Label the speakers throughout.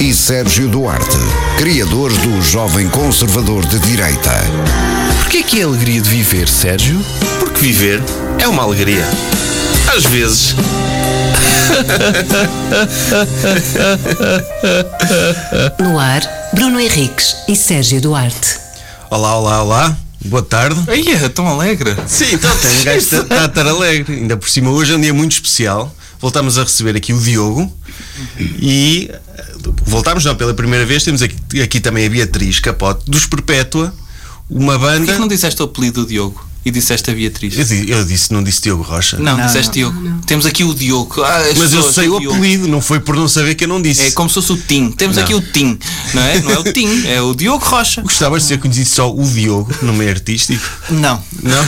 Speaker 1: e Sérgio Duarte, criadores do Jovem Conservador de Direita.
Speaker 2: Porquê que é a alegria de viver, Sérgio?
Speaker 3: Porque viver é uma alegria. Às vezes.
Speaker 4: No ar, Bruno Henriques e Sérgio Duarte.
Speaker 3: Olá, olá, olá. Boa tarde.
Speaker 2: Ai, é tão alegre.
Speaker 3: Sim, então tem. O gajo está está a estar alegre. Ainda por cima, hoje é um dia muito especial. Voltamos a receber aqui o Diogo e eh, voltamos não pela primeira vez. Temos aqui, aqui também a Beatriz Capote dos Perpétua, uma
Speaker 2: Porquê
Speaker 3: banda.
Speaker 2: que não disseste o apelido do Diogo e disseste a Beatriz?
Speaker 3: Eu, di- eu disse, não disse Diogo Rocha.
Speaker 2: Não, disseste Diogo. Temos aqui o Diogo. Ah, as
Speaker 3: Mas eu
Speaker 2: pessoas,
Speaker 3: sei o
Speaker 2: Diogo.
Speaker 3: apelido, não foi por não saber que eu não disse.
Speaker 2: É como se fosse o Tim. Temos
Speaker 3: Não.
Speaker 2: aqui o Tim, não é? Não é o Tim, é o Diogo Rocha.
Speaker 3: Gostavas de ser conhecido só o Diogo, no meio artístico?
Speaker 5: Não,
Speaker 3: Não?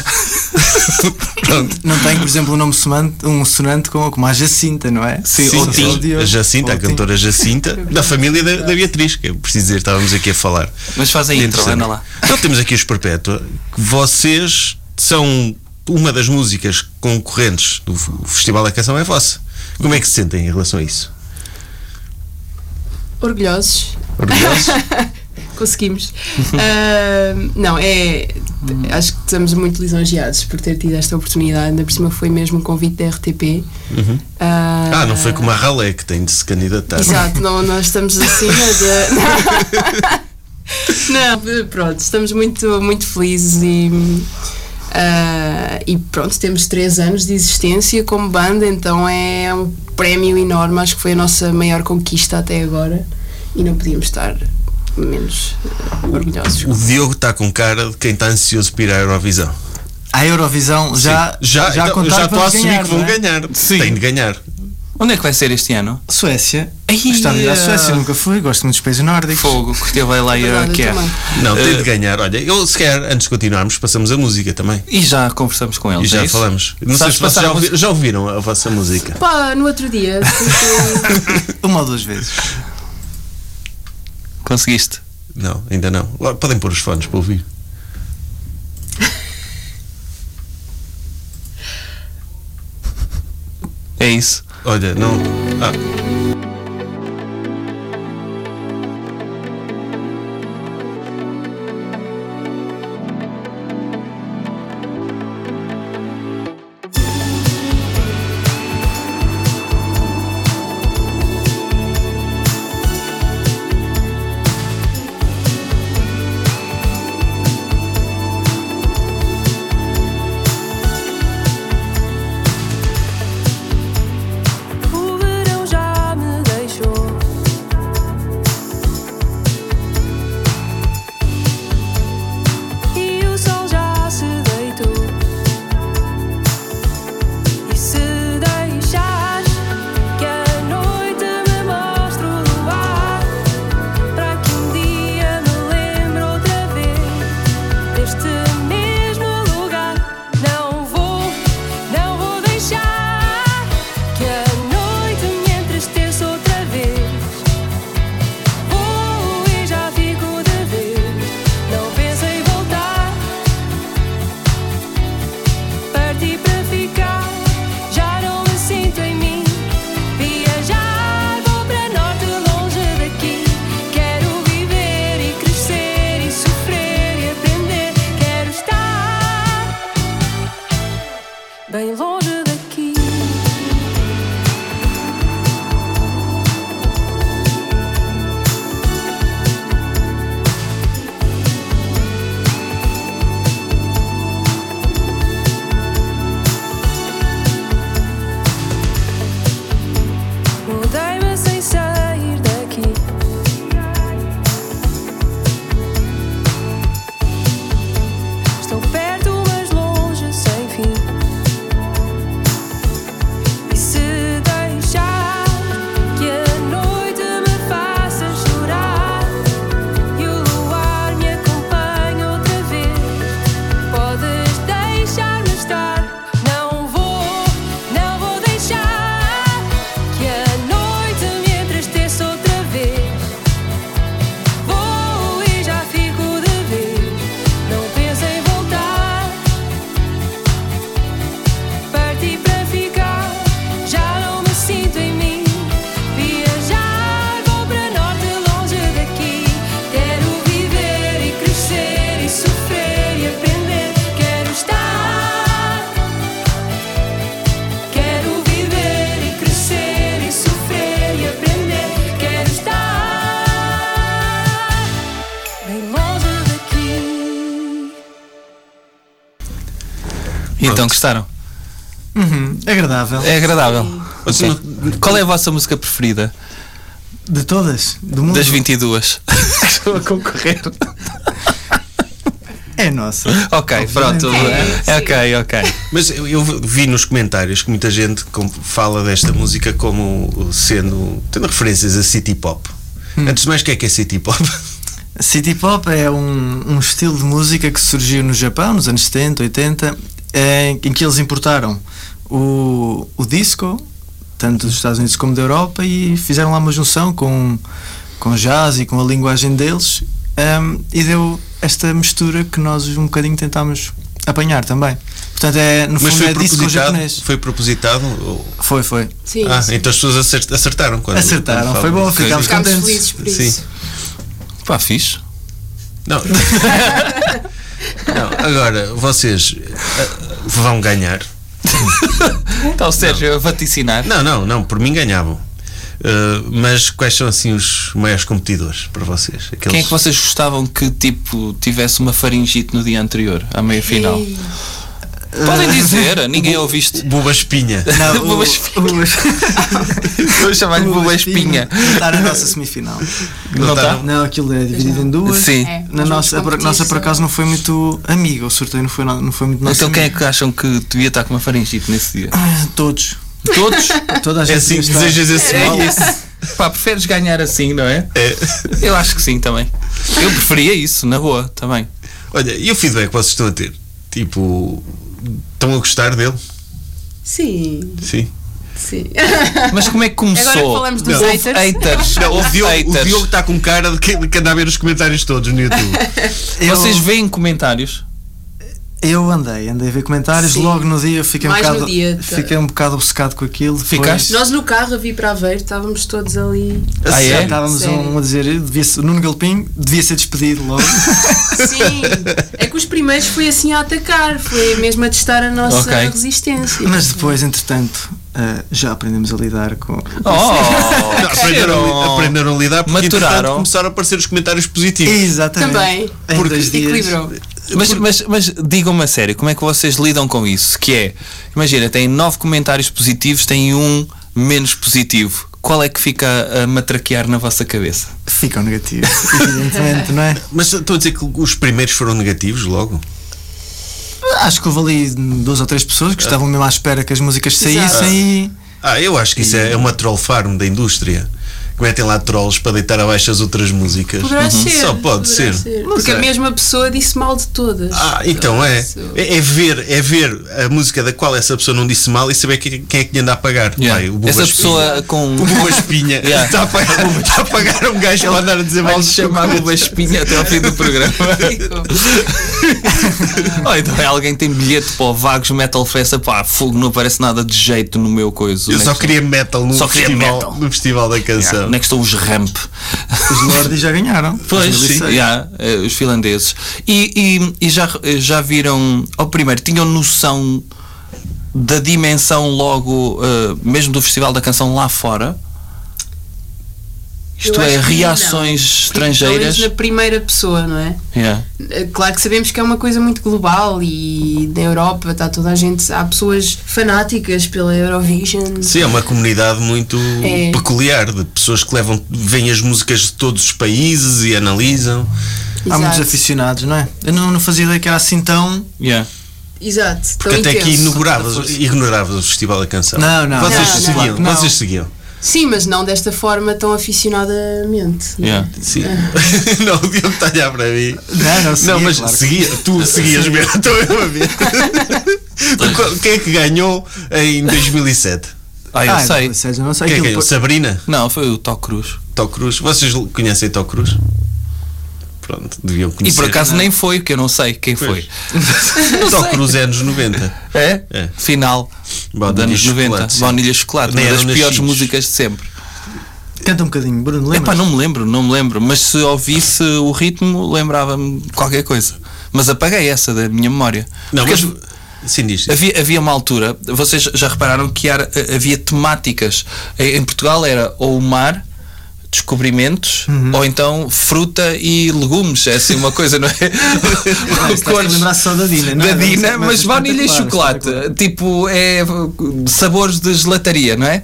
Speaker 3: Pronto.
Speaker 5: não tem, por exemplo, um nome sonante, um sonante como, como a Jacinta, não é?
Speaker 2: Sim, ou Tim.
Speaker 5: Diogo.
Speaker 3: A Jacinta,
Speaker 5: Ou
Speaker 3: a
Speaker 5: Tim.
Speaker 3: cantora Jacinta, da família da, da Beatriz, que eu preciso dizer, estávamos aqui a falar.
Speaker 2: Mas faz a
Speaker 3: É
Speaker 2: intro,
Speaker 3: interessante.
Speaker 2: anda lá.
Speaker 3: Então temos aqui os Perpétua, que vocês são uma das músicas concorrentes do F- Festival da Canção é vossa. Como é que se sentem em relação a isso?
Speaker 6: Orgulhosos,
Speaker 3: Orgulhosos?
Speaker 6: conseguimos. Ah, não, é. Acho que estamos muito lisonjeados por ter tido esta oportunidade. Ainda por cima foi mesmo um convite da RTP.
Speaker 3: Ah, não foi como a Ralé que tem de se candidatar.
Speaker 6: Exato, não, nós estamos acima de. não, pronto, estamos muito, muito felizes e. ah, e pronto, temos três anos de existência como banda, então é um prémio enorme. Acho que foi a nossa maior conquista até agora e não podíamos estar menos ah, orgulhosos.
Speaker 3: O Diogo está com cara de quem está ansioso para ir à Eurovisão.
Speaker 5: A Eurovisão já,
Speaker 3: Já,
Speaker 5: já,
Speaker 3: então,
Speaker 5: contaram
Speaker 3: já
Speaker 5: que
Speaker 3: estou a
Speaker 5: vamos
Speaker 3: assumir
Speaker 5: ganhar,
Speaker 3: que vão
Speaker 5: não é?
Speaker 3: ganhar.
Speaker 2: Sim.
Speaker 3: Tem de ganhar.
Speaker 2: Onde é que vai ser este ano?
Speaker 5: Suécia.
Speaker 2: Ai,
Speaker 5: Gostava de ir à Suécia,
Speaker 2: ah.
Speaker 5: nunca fui, gosto muito dos países nórdicos.
Speaker 2: Fogo, curtiu vai lá e a
Speaker 6: Verdade, eu
Speaker 2: que é.
Speaker 6: também.
Speaker 3: Não, tem de
Speaker 2: Eh,
Speaker 3: ganhar. Olha, eu se calhar, antes de continuarmos, passamos a música também.
Speaker 2: E já conversamos com eles.
Speaker 3: E já
Speaker 2: é isso?
Speaker 3: falamos. Não sei
Speaker 2: Sabes
Speaker 3: se vocês
Speaker 2: passar
Speaker 3: já,
Speaker 2: a
Speaker 3: ouvi-
Speaker 2: música?
Speaker 3: já ouviram a vossa música.
Speaker 6: Pá, no outro dia. porque-
Speaker 5: Uma ou duas vezes.
Speaker 2: Conseguiste.
Speaker 3: Não, ainda não. Lá- Podem pôr os fones para ouvir.
Speaker 2: É isso.
Speaker 3: Olha, não. Ah,
Speaker 7: O verão já me deixou. E o sol já se deitou. E se deixares que a noite me mostre o luar, para que um dia me lembre outra vez deste mesmo lugar. Não vou, não vou deixar que a noite me entristeça outra vez. Vou e já fico de vez. Não penso em voltar. Parti para ficar, já não me sinto em mim. Viajar, vou para norte, longe daqui. Quero viver e crescer e sofrer e aprender. Quero estar bem longe daqui. Mudei-me sem sair daqui. Estou perto, mas longe, sem fim.
Speaker 2: E então
Speaker 3: Pronto.
Speaker 2: gostaram?
Speaker 5: Uhum, agradável.
Speaker 2: É agradável.
Speaker 3: Mas não-
Speaker 2: Ok. Qual é a vossa música preferida?
Speaker 5: De todas, do mundo.
Speaker 2: Das 22. Estou a concorrer.
Speaker 5: É nossa.
Speaker 2: Ok, pronto.
Speaker 6: É,
Speaker 2: ok, ok.
Speaker 3: Mas eu, eu vi nos comentários que muita gente com- fala desta música como sendo. tendo referências a City Pop. Antes de mais, o que é que é City Pop?
Speaker 5: City Pop é um, um estilo de música que surgiu no Japão nos anos 70, 80, em, em que eles importaram o, o disco, tanto dos Estados Unidos como da Europa, e fizeram lá uma junção com, com jazz e com a linguagem deles, ehm, e deu esta mistura que nós um bocadinho tentámos apanhar também. Portanto, é, no
Speaker 3: Mas
Speaker 5: fundo
Speaker 3: foi
Speaker 5: é disco
Speaker 3: propositado?
Speaker 5: japonês.
Speaker 3: Foi propositado? ou-
Speaker 5: Foi, foi.
Speaker 6: Sim,
Speaker 3: Ah,
Speaker 6: sim.
Speaker 3: então as pessoas acer- acertaram quando.
Speaker 5: Acertaram,
Speaker 3: quando
Speaker 5: foi
Speaker 3: falam.
Speaker 5: bom,
Speaker 3: Ok.
Speaker 5: ficámos
Speaker 6: ficámos
Speaker 5: contentes.
Speaker 6: felizes por
Speaker 3: Sim.
Speaker 6: isso.
Speaker 2: Pá, fixe.
Speaker 3: Não. Não, agora, vocês ah, vão ganhar.
Speaker 2: Então, Sérgio, eu vou te ensinar.
Speaker 3: Não, não, não, por mim ganhavam. Ah, mas quais são assim os maiores competidores para vocês? Aqueles-
Speaker 2: Quem é que vocês gostavam que, tipo, tivesse uma faringite no dia anterior, à meia final?
Speaker 6: Ei,
Speaker 2: Podem dizer, ninguém ouviste.
Speaker 3: Buba Espinha.
Speaker 5: Não,
Speaker 2: Boa
Speaker 5: o-
Speaker 2: espinha.
Speaker 5: o-
Speaker 2: Vou chamar-lhe Boba Espinha.
Speaker 5: Está na nossa semifinal.
Speaker 2: Não tá? está?
Speaker 5: Não, aquilo é dividido em duas.
Speaker 2: Sim.
Speaker 6: É, nós
Speaker 5: Na
Speaker 6: vamos
Speaker 5: nossa, a por-
Speaker 6: competir
Speaker 5: nossa por
Speaker 6: só-
Speaker 5: acaso não foi muito amiga, o sorteio não foi, na- não foi muito nosso. Ah,
Speaker 2: Então, quem é que acham que devia estar com uma faringite nesse dia?
Speaker 5: Todos.
Speaker 2: Todos?
Speaker 5: Toda a gente
Speaker 3: É assim que
Speaker 5: está-
Speaker 3: desejas esse mal?
Speaker 2: É isso. Pá, preferes ganhar assim, não é? Eu acho que sim também. Eu preferia isso, na boa, também.
Speaker 3: Olha, e o feedback que vocês estão a ter? Tipo, estão a gostar dele?
Speaker 6: Sim,
Speaker 3: Sim.
Speaker 6: sim.
Speaker 2: Mas como é que começou?
Speaker 6: Agora que falamos dos
Speaker 2: Houve
Speaker 6: haters.
Speaker 2: haters.
Speaker 3: o,
Speaker 2: Houve
Speaker 3: Diogo, o
Speaker 2: haters.
Speaker 3: Diogo está com cara de que, que anda a ver os comentários todos no YouTube.
Speaker 5: Eu,
Speaker 2: Vocês veem comentários?
Speaker 5: eu andei, andei a ver comentários,
Speaker 6: Sim.
Speaker 5: logo no dia fiquei
Speaker 6: Mais
Speaker 5: um
Speaker 6: no
Speaker 5: bocado.
Speaker 6: dia, tá.
Speaker 5: Fiquei um bocado obcecado com aquilo. depois-
Speaker 2: Ficaste?
Speaker 6: Nós no carro a vir para Aveiro estávamos todos ali.
Speaker 2: Ah,
Speaker 5: Já
Speaker 2: é?
Speaker 5: Estávamos
Speaker 6: Sério?
Speaker 5: um a dizer, eu devia ser, o Nuno Galpim devia ser despedido logo.
Speaker 6: Sim, é que os primeiros foi assim a atacar, foi mesmo a testar a nossa
Speaker 2: Ok.
Speaker 6: resistência.
Speaker 5: Mas depois, entretanto, ah, já aprendemos a lidar com.
Speaker 2: Oh!
Speaker 3: Não, aprenderam, aprenderam a lidar porque entretanto,
Speaker 2: Maturaram.
Speaker 3: começaram a aparecer os comentários positivos.
Speaker 5: Exatamente.
Speaker 6: Também.
Speaker 5: Em
Speaker 3: Porque
Speaker 5: dois dias.
Speaker 6: Equilibrou.
Speaker 2: Mas, mas, mas digam-me a sério, como é que vocês lidam com isso? Que é, imagina, tem nove comentários positivos, tem um menos positivo. Qual é que fica a matraquear na vossa cabeça?
Speaker 5: Ficam negativos, evidentemente, não é?
Speaker 3: Mas estou a dizer que os primeiros foram negativos logo?
Speaker 5: Acho que houve ali duas ou três pessoas
Speaker 2: É.
Speaker 5: que estavam mesmo à espera que as músicas saíssem
Speaker 6: Exato.
Speaker 5: e.
Speaker 3: Ah, eu acho que isso é, é uma troll farm da indústria. Que metem lá trolls para deitar abaixo as outras músicas. Uhum.
Speaker 6: Poderá ser.
Speaker 3: Só pode
Speaker 6: poderá
Speaker 3: ser. Não
Speaker 6: Porque a
Speaker 3: sei.
Speaker 6: mesma pessoa disse mal de todas.
Speaker 3: Ah, então é.
Speaker 6: Isso.
Speaker 3: é. é ver, é ver a música da qual essa pessoa não disse mal e saber quem, quem é que lhe anda a pagar.
Speaker 2: Yeah.
Speaker 3: Vai, o Buba
Speaker 2: Essa
Speaker 3: Espinha.
Speaker 2: pessoa com.
Speaker 3: O Buba Espinha
Speaker 2: Yeah.
Speaker 3: está, a pagar, está a pagar um gajo para andar a dizer mal
Speaker 2: Vai
Speaker 3: de
Speaker 2: chamar uma espinha até ao fim do programa. Ou então é alguém que tem bilhete para o Vagos Metal Festa, pá, fogo, não aparece nada de jeito no meu coisa.
Speaker 3: Eu
Speaker 2: Onde é
Speaker 3: só
Speaker 2: que
Speaker 3: queria metal no,
Speaker 2: Só queria
Speaker 3: festival,
Speaker 2: metal.
Speaker 3: no festival da
Speaker 2: estão-
Speaker 3: canção.
Speaker 2: Onde é que estão os ramp?
Speaker 5: Os Lordi já ganharam.
Speaker 2: É. Pois,
Speaker 5: 2006.
Speaker 2: sim, yeah, eh, os finlandeses. E, e- e já, eh, já viram, ao primeiro, tinham noção da dimensão logo, eh, mesmo do Festival da Canção lá fora? Isto
Speaker 6: Eu
Speaker 2: é,
Speaker 6: acho que
Speaker 2: reações
Speaker 6: não. Pelo menos
Speaker 2: estrangeiras.
Speaker 6: Na primeira pessoa, não é?
Speaker 2: Yeah.
Speaker 6: Claro que sabemos que é uma coisa muito global e na Europa está toda a gente. Há pessoas fanáticas pela Eurovision.
Speaker 3: Sim, é uma comunidade muito
Speaker 6: É.
Speaker 3: peculiar de pessoas que levam, veem as músicas de todos os países e analisam.
Speaker 5: Há muitos
Speaker 6: Exato.
Speaker 5: aficionados, não é? Eu não, não fazia ideia que era assim tão.
Speaker 2: Yeah.
Speaker 6: Exato.
Speaker 3: Porque
Speaker 6: tão
Speaker 3: até aqui
Speaker 6: intenso.
Speaker 3: ignoravas, ignoravas o Festival da Canção.
Speaker 5: Não, não,
Speaker 3: Vocês
Speaker 6: não, não.
Speaker 3: seguiam,
Speaker 5: Não.
Speaker 3: vocês seguiam.
Speaker 6: Sim, mas não desta forma tão aficionadamente. não é?
Speaker 2: Yeah.
Speaker 3: Sim. não, o Diogo está a olhar para mim.
Speaker 5: Não, não, seguia,
Speaker 3: não, mas
Speaker 5: assim, claro que-
Speaker 3: seguia, tu seguias mesmo, estou eu a ver. Tu qual- Quem é que ganhou em 2007?
Speaker 2: Ah, eu
Speaker 5: Ah,
Speaker 2: sei.
Speaker 5: Ou seja, não sei.
Speaker 3: Quem é que ganhou?
Speaker 5: aquilo depois-
Speaker 3: Sabrina?
Speaker 2: Não, foi o Tó Cruz.
Speaker 3: Tó Cruz? Vocês conhecem Tó Cruz? Pronto, deviam
Speaker 2: E
Speaker 3: conhecer.
Speaker 2: por acaso nem foi, porque eu não sei quem foi.
Speaker 3: Tó Cruz é anos 90.
Speaker 2: É?
Speaker 3: É.
Speaker 2: Final.
Speaker 3: Baunilha
Speaker 2: de anos 90.
Speaker 3: Chocolate, sim.
Speaker 2: Baunilha Chocolate.
Speaker 3: Nem
Speaker 2: Uma das
Speaker 3: eram
Speaker 2: piores
Speaker 3: nascidos.
Speaker 2: músicas de sempre.
Speaker 5: Canta um bocadinho, Bruno, lembra?
Speaker 2: Epá, não me lembro, não me lembro. Mas se ouvisse o ritmo, lembrava-me qualquer coisa. Mas apaguei essa da minha memória.
Speaker 3: Não,
Speaker 2: Porque
Speaker 3: mas. Sim, diz. diz.
Speaker 2: Havia, havia uma altura, eh, vocês já repararam que era- havia temáticas. Em em Portugal era ou o mar, descobrimentos ou então fruta e legumes, é assim uma coisa, não é?
Speaker 5: estás-te a
Speaker 2: Cores
Speaker 5: lembrar só da Dina, não é?
Speaker 2: Da Dina,
Speaker 5: Mas
Speaker 2: mas baunilha e
Speaker 5: espetacular,
Speaker 2: chocolate,
Speaker 5: espetacular.
Speaker 2: tipo, é sabores de gelataria, não é?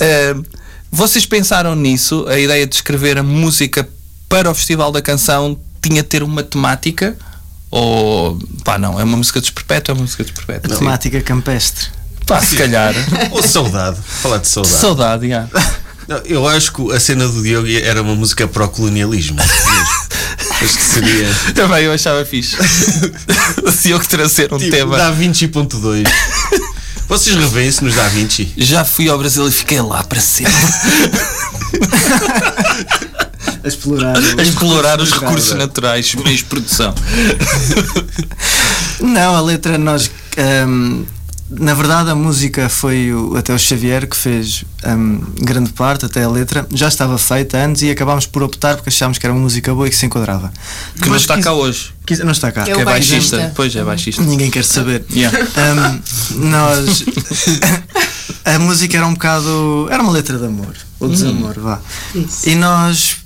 Speaker 2: Ah, vocês pensaram nisso? A ideia de escrever a música para o Festival da Canção tinha de ter uma temática? Ou, pá, não, é uma música desperpétua, é uma música desperpétua.
Speaker 5: A temática campestre.
Speaker 2: Pá, se calhar.
Speaker 3: Ou saudade. Falar de saudade.
Speaker 2: Saudade, já.
Speaker 3: Não, eu acho que a cena do Diogo era uma música para o colonialismo. acho que seria.
Speaker 2: Também eu achava fixe. Se eu que trazer um
Speaker 3: Tipo,
Speaker 2: tema.
Speaker 3: Da 20.2. Vocês revêem-se nos Da Vinci?
Speaker 2: Já fui ao Brasil e fiquei lá para sempre.
Speaker 5: A explorar.
Speaker 2: A explorar os
Speaker 5: naturais.
Speaker 2: recursos naturais, meios de produção.
Speaker 5: Não, a letra nós. ahm, na verdade, a música foi o- até o Xavier que fez ahm, grande parte, até a letra. Já estava feita antes e acabámos por optar porque achámos que era uma música boa e que se enquadrava.
Speaker 2: Que não
Speaker 5: Mas
Speaker 2: está
Speaker 5: quis-
Speaker 2: cá hoje.
Speaker 5: quis- Não está cá.
Speaker 6: É o
Speaker 2: Que é
Speaker 6: baixista.
Speaker 2: baixista. Pois é, baixista.
Speaker 5: Ninguém quer saber.
Speaker 2: Yeah.
Speaker 5: Ahm, nós. a música era um bocado. Era uma letra de amor. Ou desamor, vá.
Speaker 6: Isso.
Speaker 5: E nós.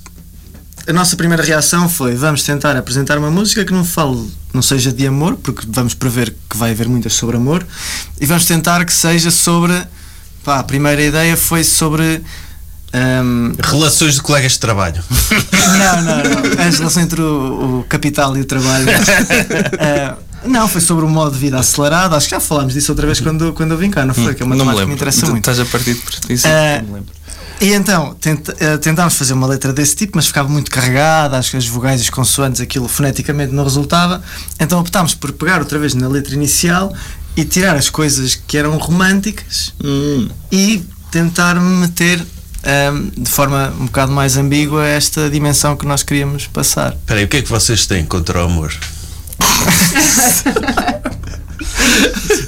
Speaker 5: A nossa primeira reação foi: vamos tentar apresentar uma música que não fale, não seja de amor, porque vamos prever que vai haver muitas sobre amor, e vamos tentar que seja sobre. Pá, a primeira ideia foi sobre. ahm,
Speaker 3: Relações de colegas de trabalho.
Speaker 5: não, não, não. A relação entre o, o capital e o trabalho. Ah, não, foi sobre o modo de vida acelerado. Acho que já falámos disso outra vez quando, quando eu vim cá, não foi? Que é uma
Speaker 2: Hum, não me
Speaker 5: temática que
Speaker 2: lembro.
Speaker 5: me interessa
Speaker 2: Tu
Speaker 5: muito.
Speaker 2: Estás a partir de isso?
Speaker 5: Ah,
Speaker 2: não me lembro.
Speaker 5: E então, tenta- eh, tentámos fazer uma letra desse tipo, mas ficava muito carregada, acho que as vogais e os consoantes, aquilo foneticamente não resultava. Então optámos por pegar outra vez na letra inicial e tirar as coisas que eram românticas
Speaker 2: Hum.
Speaker 5: e tentar meter ahm, de forma um bocado mais ambígua esta dimensão que nós queríamos passar.
Speaker 3: Espera aí, o que é que vocês têm contra o amor?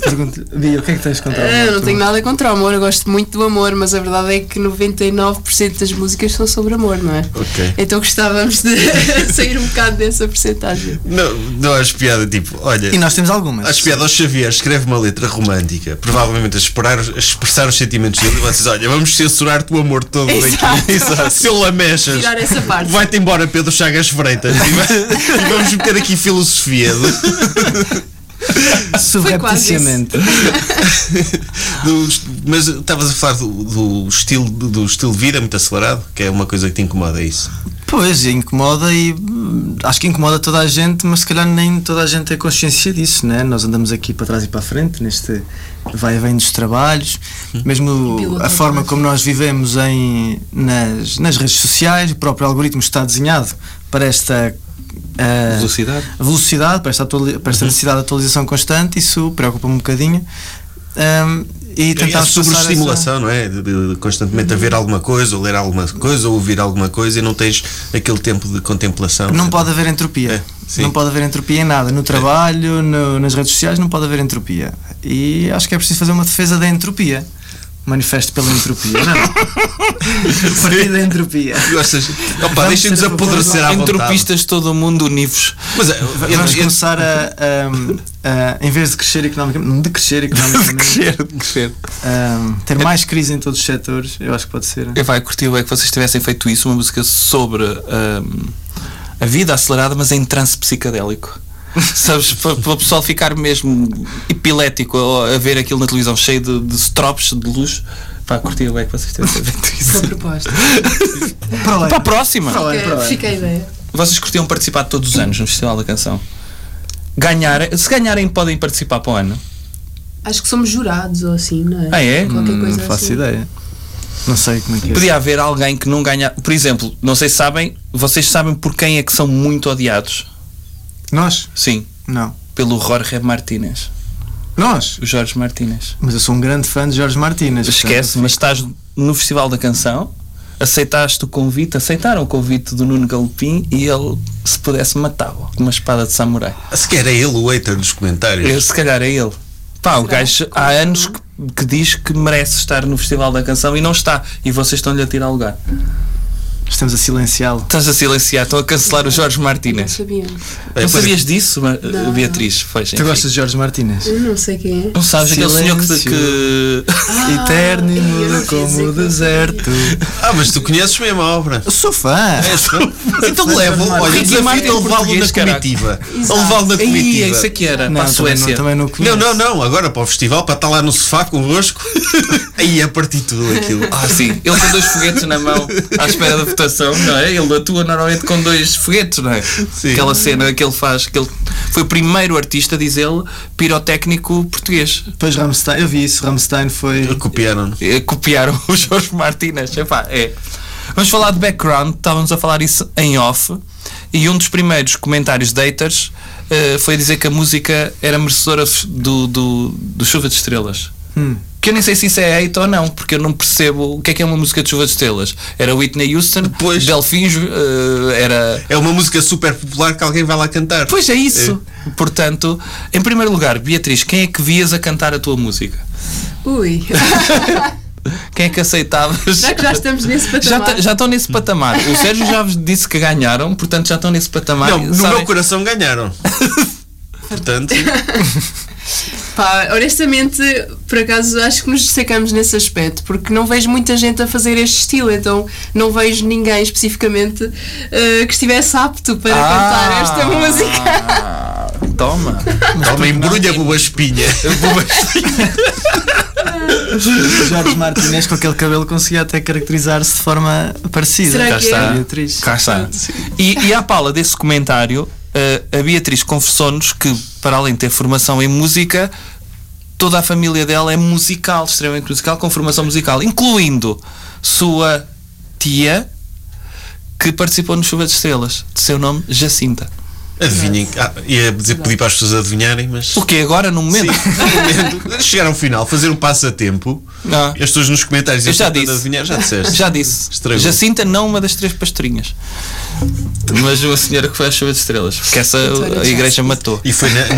Speaker 5: Pergunto, Bia, o que é que tens de contar?
Speaker 6: Ah, não tenho nada contra o amor, eu gosto muito do amor, mas a verdade é que 99% das músicas são sobre amor, não é?
Speaker 3: Ok.
Speaker 6: Então gostávamos de sair um bocado dessa porcentagem.
Speaker 3: Não, não acho piada, tipo, olha.
Speaker 5: E nós temos algumas.
Speaker 3: Acho piada ao Xavier, escreve uma letra romântica, provavelmente a, esperar, a expressar os sentimentos dele e vocês, olha, vamos censurar-te o amor todo
Speaker 6: Exato.
Speaker 3: daqui. Seu lamechas.
Speaker 6: Tirar essa parte.
Speaker 3: Vai-te embora, Pedro Chagas Freitas. E, vai- e vamos meter aqui filosofia do,
Speaker 6: Foi quase isso.
Speaker 5: Subrepticiamente.
Speaker 3: do- Mas estavas a falar do, do estilo, do estilo de vida muito acelerado, que é uma coisa que te incomoda, é isso?
Speaker 5: Pois, incomoda e hum, acho que incomoda toda a gente, mas se calhar nem toda a gente tem consciência disso, né? Nós andamos aqui para trás e para a frente, neste vai e vem dos trabalhos, mesmo
Speaker 6: Piloto
Speaker 5: a forma
Speaker 6: automático.
Speaker 5: como nós vivemos em, nas, nas redes sociais, o próprio algoritmo está desenhado para esta. ah,
Speaker 2: Velocidade.
Speaker 5: velocidade, para esta, atuali- para esta necessidade de atualização constante, isso preocupa-me um bocadinho. Ahm, e
Speaker 3: É
Speaker 5: tentar
Speaker 3: sobre estimulação, não é? De, de- de constantemente haver alguma coisa, ou ler alguma coisa, ou ouvir alguma coisa e não tens aquele tempo de contemplação.
Speaker 5: Não pode haver entropia.
Speaker 3: É, sim.
Speaker 5: não pode haver entropia em nada. No trabalho, no- nas redes sociais, não pode haver entropia. E acho que é preciso fazer uma defesa da entropia. Manifesto pela entropia, não. Partido da entropia.
Speaker 3: Gostas? Opa,
Speaker 5: Vamos
Speaker 3: deixem-nos
Speaker 5: ser a favor do
Speaker 3: apodrecer à vontade.
Speaker 2: Entropistas de todo o mundo univos.
Speaker 3: Mas é,
Speaker 5: Vamos
Speaker 3: entre-
Speaker 5: começar a, um, a- a, em vez de crescer economicamente, de crescer economicamente,
Speaker 2: de crescer.
Speaker 5: ahm, ter mais crise em todos os setores, eu acho que pode ser.
Speaker 2: Eu vai, curti é que vocês tivessem feito isso, uma música sobre hum, a vida acelerada, mas em trance psicadélico. Sabes, para, para o pessoal ficar mesmo epilético a, a ver aquilo na televisão cheio de, de strops, de luz. Pá, curti é que vocês tivessem feito isso.
Speaker 6: Uma proposta.
Speaker 5: Para lá.
Speaker 2: Para a próxima!
Speaker 5: Para lá, para lá.
Speaker 6: Fica a ideia.
Speaker 2: Vocês curtiam participar todos os anos no Festival da Canção? Ganharem, se ganharem, podem participar para o ano.
Speaker 6: Acho que somos jurados ou assim, não é?
Speaker 2: Ah, é?
Speaker 6: Qualquer coisa
Speaker 5: Hum, Não faço
Speaker 6: assim.
Speaker 5: ideia. Não sei como é que é.
Speaker 2: Podia haver alguém que não ganha. Por exemplo, não sei se sabem, vocês sabem por quem é que são muito odiados?
Speaker 5: Nós?
Speaker 2: Sim,
Speaker 5: Não.
Speaker 2: pelo Jorge Martínez.
Speaker 5: Nós?
Speaker 2: O Jorge Martínez.
Speaker 5: Mas eu sou um grande fã de Jorge Martínez.
Speaker 2: Esquece, mas estás no Festival da Canção, aceitaste o convite, aceitaram o convite do Nuno Galopim e ele, se pudesse, matava com uma espada de samurai.
Speaker 3: Sequer é ele o hater dos comentários.
Speaker 2: Eu, se calhar é ele. Pá, o gajo há anos é que, que diz que merece estar no Festival da Canção e não está. E vocês estão-lhe a tirar lugar.
Speaker 5: Estamos a silenciá-lo.
Speaker 2: Estás a silenciar, estão a cancelar o Jorge
Speaker 6: Não
Speaker 2: Martínez.
Speaker 6: sabia.
Speaker 2: Não
Speaker 3: pois é.
Speaker 2: sabias disso, Ma-
Speaker 6: Não.
Speaker 2: Beatriz? Pois,
Speaker 5: Tu
Speaker 2: enfim.
Speaker 5: gostas de Jorge Martínez?
Speaker 6: Eu não sei quem é.
Speaker 2: Não sabes aquele senhor que.
Speaker 5: Silêncio.
Speaker 2: que-
Speaker 5: Eterno e
Speaker 6: eu não
Speaker 5: mudo
Speaker 6: quis dizer
Speaker 5: como o
Speaker 6: que eu
Speaker 5: deserto.
Speaker 3: Ah, mas tu conheces mesmo a obra.
Speaker 5: Eu sou fã.
Speaker 3: Então leva-o, olha,
Speaker 2: Ricky
Speaker 3: desafio é
Speaker 2: Martin
Speaker 3: a levá-lo na
Speaker 2: português, caraca.
Speaker 3: comitiva. É A
Speaker 6: Exato.
Speaker 3: levá-lo na
Speaker 2: Ih,
Speaker 3: comitiva.
Speaker 2: é isso aqui era,
Speaker 5: Não,
Speaker 2: para a
Speaker 5: também
Speaker 2: Suécia.
Speaker 5: não, também não conheço.
Speaker 3: Não, não, não, agora para o festival, para estar lá no sofá convosco,
Speaker 2: é
Speaker 3: aí a partir tudo aquilo.
Speaker 2: Ah, sim. Ele com dois foguetes na mão à espera da votação, não é? Ele atua normalmente com dois foguetes, não é?
Speaker 3: Sim.
Speaker 2: Aquela cena que ele faz. Que ele foi o primeiro artista, diz ele, pirotécnico português.
Speaker 5: Depois Rammstein, eu vi isso, Rammstein foi.
Speaker 3: Copiaram.
Speaker 2: Eh, Copiaram o Jorge Martínez. Epá, é. Vamos falar de background, estávamos a falar isso em off. E um dos primeiros comentários de haters eh, foi dizer que a música era merecedora f- do, do, do Chuva de Estrelas. Que eu nem sei se isso é hate ou não, porque eu não percebo o que é que é uma música de Chuva de Estrelas. Era Whitney Houston,
Speaker 3: Pois.
Speaker 2: Delfins, eh, era.
Speaker 3: É uma música super popular que alguém vai lá cantar.
Speaker 2: Pois é isso. Portanto, em primeiro lugar, Beatriz, quem é que vias a cantar a tua música?
Speaker 6: Ui,
Speaker 2: Quem é que aceitavas?
Speaker 6: já é que já estamos nesse
Speaker 2: Já, tá-
Speaker 6: patamar.
Speaker 2: ta- já estão nesse patamar. O Sérgio já vos disse que ganharam, portanto já estão nesse patamar.
Speaker 3: Não, no
Speaker 2: Sabem-
Speaker 3: meu coração ganharam. Portanto,
Speaker 6: Pá, honestamente, por acaso acho que nos destacamos nesse aspecto, porque não vejo muita gente a fazer este estilo, então não vejo ninguém especificamente eh, que estivesse apto
Speaker 3: é
Speaker 6: para
Speaker 2: Ah!
Speaker 6: cantar esta música.
Speaker 2: Toma.
Speaker 3: toma embrulha boa espinha.
Speaker 5: Jorge Martínez com aquele cabelo conseguia até caracterizar-se de forma parecida.
Speaker 6: Será que
Speaker 2: está.
Speaker 5: A
Speaker 6: é?
Speaker 5: Beatriz.
Speaker 2: Cá está. E, e à pala desse comentário, eh, a Beatriz confessou-nos que, para além de ter formação em música, toda a família dela é musical, extremamente musical, com formação musical, incluindo sua tia, que participou no Chuva de Estrelas, de seu nome Jacinta.
Speaker 3: Adivinhem. Ah, ia dizer, pedir para as pessoas adivinharem, mas.
Speaker 2: O que é agora, no momento?
Speaker 3: Sim, no momento, chegar ao final, fazer um passatempo.
Speaker 2: Ah.
Speaker 3: As pessoas nos comentários
Speaker 2: Eu já
Speaker 3: tentando
Speaker 2: disse.
Speaker 3: adivinhar, já disseste.
Speaker 2: Já disse.
Speaker 3: Estragou.
Speaker 2: Jacinta não uma das três pastorinhas. Mas uma senhora que foi à chuva de estrelas. Porque essa a igreja matou.
Speaker 3: E foi na, na-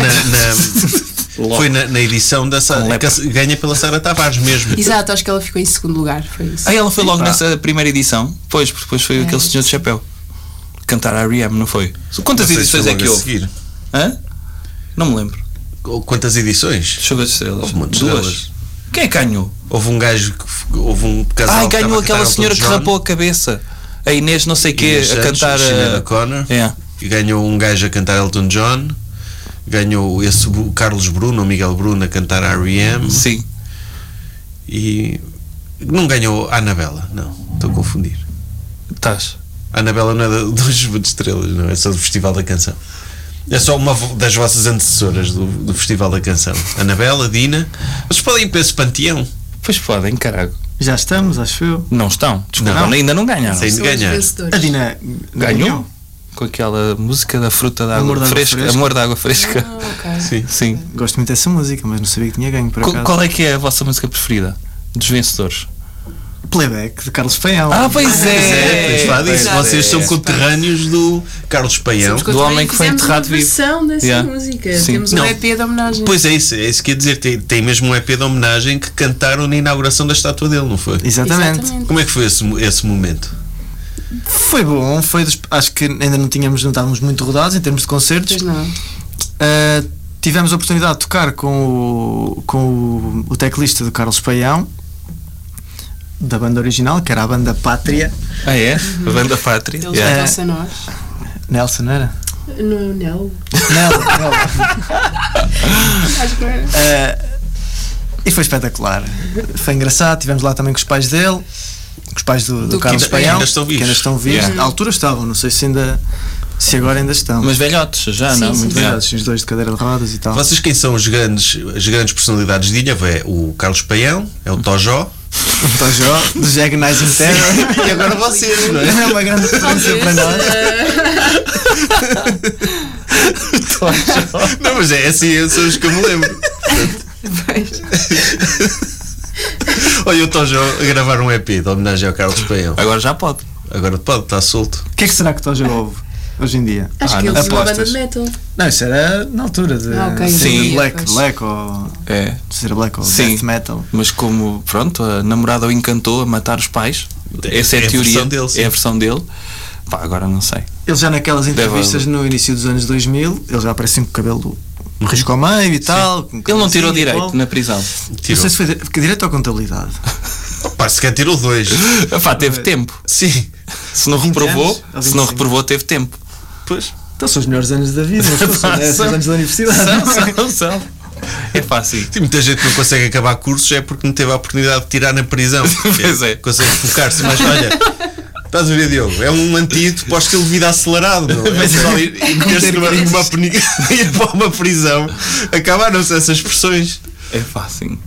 Speaker 3: na- foi na, na edição da Sara,
Speaker 2: lepra.
Speaker 3: que ganha pela Sara Tavares mesmo.
Speaker 6: Exato, acho que ela ficou em segundo lugar, foi isso.
Speaker 2: Ah, ela foi logo nessa primeira edição? Pois, porque depois foi aquele senhor de chapéu. Cantar a R.E.M., não foi? Quantas
Speaker 3: Não sei se
Speaker 2: edições
Speaker 3: foi
Speaker 2: é que
Speaker 3: logo a
Speaker 2: houve?
Speaker 3: seguir.
Speaker 2: Hã? Não me lembro.
Speaker 3: Ou Quantas edições?
Speaker 2: Chuva de estrelas.
Speaker 3: Houve muitas
Speaker 2: Duas.
Speaker 3: delas.
Speaker 2: Quem é que ganhou?
Speaker 3: Houve um gajo que f- houve um casal.
Speaker 2: Ai,
Speaker 3: que estava a cantar
Speaker 2: ganhou aquela
Speaker 3: Elton
Speaker 2: senhora que
Speaker 3: John,
Speaker 2: rapou a cabeça. A Inês não sei o quê
Speaker 3: Inês
Speaker 2: a
Speaker 3: Santos,
Speaker 2: cantar.
Speaker 3: Sinead
Speaker 2: a-
Speaker 3: O'Connor.
Speaker 2: É.
Speaker 3: E ganhou um gajo a cantar Elton John. Ganhou esse Bu- Carlos Bruno, o Miguel Bruno a cantar R.E.M.
Speaker 2: Sim.
Speaker 3: E não ganhou a Anabela, não, estou a confundir.
Speaker 2: Estás.
Speaker 3: A Anabela não é da- dos Chuva de Estrelas, não, é só do Festival da Canção. É só uma vo- das vossas antecessoras do, do Festival da Canção. Anabela, Dina. Vocês podem ir para esse panteão.
Speaker 2: Pois podem, caralho.
Speaker 5: Já estamos, acho eu.
Speaker 2: Não estão. Desculpa,
Speaker 3: Não.
Speaker 2: ainda não ganharam.
Speaker 3: Sem
Speaker 6: São os
Speaker 3: ganhar.
Speaker 5: A
Speaker 6: vencedores.
Speaker 5: Dina
Speaker 2: Ganhou? Com aquela música da fruta da água
Speaker 5: Amor de água
Speaker 2: fresca,
Speaker 5: fresca.
Speaker 2: Amor da água fresca.
Speaker 6: Ah, Ok.
Speaker 3: Sim.
Speaker 2: Sim.
Speaker 5: Gosto muito dessa música, mas não sabia que tinha ganho por
Speaker 2: Qu-
Speaker 5: acaso.
Speaker 2: Qual é que é a vossa música preferida? Dos vencedores.
Speaker 5: Playback de Carlos Penhal.
Speaker 2: Ah, pois
Speaker 3: Pois é, pois
Speaker 2: é!
Speaker 3: fala disso.
Speaker 2: Pois
Speaker 3: Vocês
Speaker 2: é.
Speaker 3: são conterrâneos do Carlos Paião.
Speaker 6: Somos
Speaker 2: Do homem
Speaker 6: contemporâneos,
Speaker 2: que foi enterrado vivo.
Speaker 6: fizemos uma versão dessa
Speaker 2: Yeah.
Speaker 6: música.
Speaker 2: Sim.
Speaker 6: Temos
Speaker 3: Não.
Speaker 6: um EP de homenagem.
Speaker 3: Pois é isso, é isso que ia dizer. Tem, tem mesmo um EP de homenagem que cantaram na inauguração da estátua dele, não foi?
Speaker 5: Exatamente.
Speaker 3: Como é que foi esse, mo- esse momento?
Speaker 5: Foi bom, foi dos- acho que ainda não tínhamos, não estávamos muito rodados em termos de concertos.
Speaker 6: Pois não.
Speaker 5: Uh, tivemos a oportunidade de tocar com o, com o, o teclista do Carlos Paião, da banda original, que era a banda Pátria.
Speaker 2: Ah, é? A banda Pátria.
Speaker 6: Ele
Speaker 2: Yeah.
Speaker 6: juntou-se a nós.
Speaker 5: Nelson, não era?
Speaker 6: Não, não.
Speaker 5: Nel, Nel.
Speaker 6: Acho que não
Speaker 2: Ah,
Speaker 6: era.
Speaker 5: E foi espetacular. Foi engraçado. Tivemos lá também com os pais dele, com os pais do, do
Speaker 6: Do
Speaker 5: Carlos
Speaker 3: que-
Speaker 5: Paião,
Speaker 3: ainda estão vivos.
Speaker 5: que ainda estão vivos.
Speaker 2: Yeah.
Speaker 5: Na altura estavam, não sei se ainda se agora ainda estão.
Speaker 2: Mas velhotes, já,
Speaker 6: Sim,
Speaker 2: não?
Speaker 6: sim,
Speaker 2: Muito
Speaker 6: sim.
Speaker 5: Verdade,
Speaker 2: bem.
Speaker 5: os dois de cadeira de rodas e tal.
Speaker 3: Vocês quem são os grandes, as grandes personalidades de Ilhavo? É o Carlos Paião, é o Tojó
Speaker 5: Então, Jó, do Jagnais Interno.
Speaker 3: um e agora vocês, não é?
Speaker 5: É uma grande referência para nós.
Speaker 3: Não, mas é assim, eu sou os que eu me lembro. Olha o Tojó a gravar um EP de homenagem ao Carlos Paião.
Speaker 2: Agora já pode.
Speaker 3: Agora pode, está solto.
Speaker 5: O que é que será que o Jó ouve? hoje em dia?
Speaker 6: Acho
Speaker 2: Ah,
Speaker 6: que
Speaker 2: não.
Speaker 6: eles uma banda
Speaker 5: Apostas.
Speaker 6: de metal.
Speaker 5: Não, isso era na altura de
Speaker 6: Ah, ok.
Speaker 2: Sim.
Speaker 5: black,
Speaker 6: Pois.
Speaker 5: black ou
Speaker 2: É.
Speaker 5: de ser black ou
Speaker 2: Sim.
Speaker 5: death metal.
Speaker 2: Mas como, pronto, a namorada o encantou a matar os pais. Essa é,
Speaker 3: É
Speaker 2: a
Speaker 3: a
Speaker 2: teoria.
Speaker 3: versão dele, sim.
Speaker 2: é a versão dele. Pá, agora não sei.
Speaker 5: Eles já naquelas entrevistas no início dos anos 2000, eles já aparecem com o cabelo um risco ao meio e tal. com um
Speaker 2: Ele não tirou
Speaker 5: camisinha e
Speaker 2: direito né?
Speaker 5: tal.
Speaker 2: na prisão.
Speaker 5: Não
Speaker 3: Tirou.
Speaker 5: sei se foi di- direito ou contabilidade.
Speaker 3: Pá, sequer tirou dois.
Speaker 2: Pá, teve tempo.
Speaker 3: Sim.
Speaker 2: Se não
Speaker 5: 20
Speaker 2: reprovou,
Speaker 6: é
Speaker 5: anos, ou
Speaker 2: se não
Speaker 5: 25.
Speaker 2: reprovou, teve tempo.
Speaker 3: Pois.
Speaker 5: Então são os melhores anos da vida, não são
Speaker 2: Pá,
Speaker 5: é, são os anos da universidade.
Speaker 2: São, são, são. É fácil.
Speaker 3: Tem muita gente que não consegue acabar cursos é porque não teve a oportunidade de tirar na prisão.
Speaker 2: Pois é.
Speaker 3: Consegue focar-se, mas olha. Estás a ver, Diogo? É um antídoto para o estilo de vida acelerado, meu. É só ir, ir meter-se numa, numa peni- ir para uma prisão. Acabaram-se essas expressões.
Speaker 2: É fácil.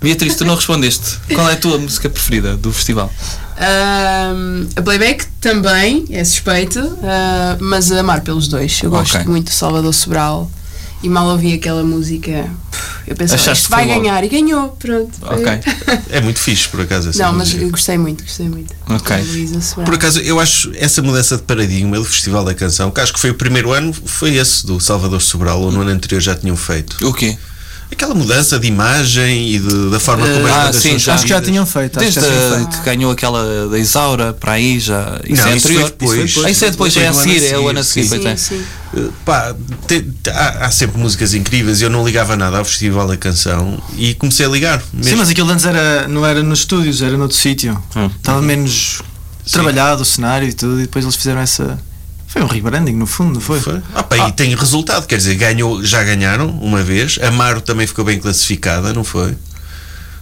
Speaker 2: Beatriz, tu não respondeste. Qual é a tua música preferida do festival?
Speaker 6: Ahm, a playback também é suspeito, ah, mas a amar pelos dois. Eu gosto
Speaker 2: Ok.
Speaker 6: muito do Salvador Sobral e mal ouvi aquela música. puf, Eu pensava,
Speaker 2: Achaste
Speaker 6: isto vai
Speaker 2: que foi logo?
Speaker 6: ganhar e ganhou, pronto.
Speaker 2: Ok.
Speaker 3: É muito fixe, por acaso. essa
Speaker 6: Não, mas
Speaker 3: música.
Speaker 6: eu gostei muito, gostei muito.
Speaker 2: Ok.
Speaker 6: Da Luísa Sobral.
Speaker 3: Por acaso, eu acho essa mudança de paradigma do Festival da Canção, que acho que foi o primeiro ano, foi esse do Salvador Sobral, ou no ano anterior já tinham feito.
Speaker 2: O quê?
Speaker 3: Aquela mudança de imagem e de- da forma como as
Speaker 2: ah,
Speaker 3: bandas
Speaker 2: sim,
Speaker 3: são
Speaker 2: já-
Speaker 5: Acho que já
Speaker 3: geridas.
Speaker 5: tinham feito. Acho que
Speaker 2: Desde
Speaker 5: já tinham
Speaker 2: a,
Speaker 5: feito.
Speaker 2: que ganhou aquela da Isaura para aí já. Isso
Speaker 3: Não,
Speaker 2: é
Speaker 3: isso foi
Speaker 2: anterior.
Speaker 3: depois.
Speaker 2: Ah, isso é depois,
Speaker 3: Foi
Speaker 2: é a
Speaker 3: do ano a
Speaker 2: seguir, é o
Speaker 3: seguir,
Speaker 2: ano a seguir.
Speaker 3: sim.
Speaker 2: pois é.
Speaker 6: Sim, sim.
Speaker 3: Eh, Pá, te- te- há, há sempre músicas incríveis. Eu não ligava nada ao Festival da Canção e comecei a ligar.
Speaker 5: Sim,
Speaker 3: Mesmo.
Speaker 5: mas aquilo antes era, não era nos estúdios, era noutro sítio.
Speaker 2: Hum.
Speaker 5: Estava menos trabalhado o cenário e tudo, e depois eles fizeram essa. Foi um rebranding no fundo, não foi?
Speaker 3: Foi. Ah, pá, E tem resultado, quer dizer, ganhou, já ganharam uma vez. Amaro também ficou bem classificada, não foi?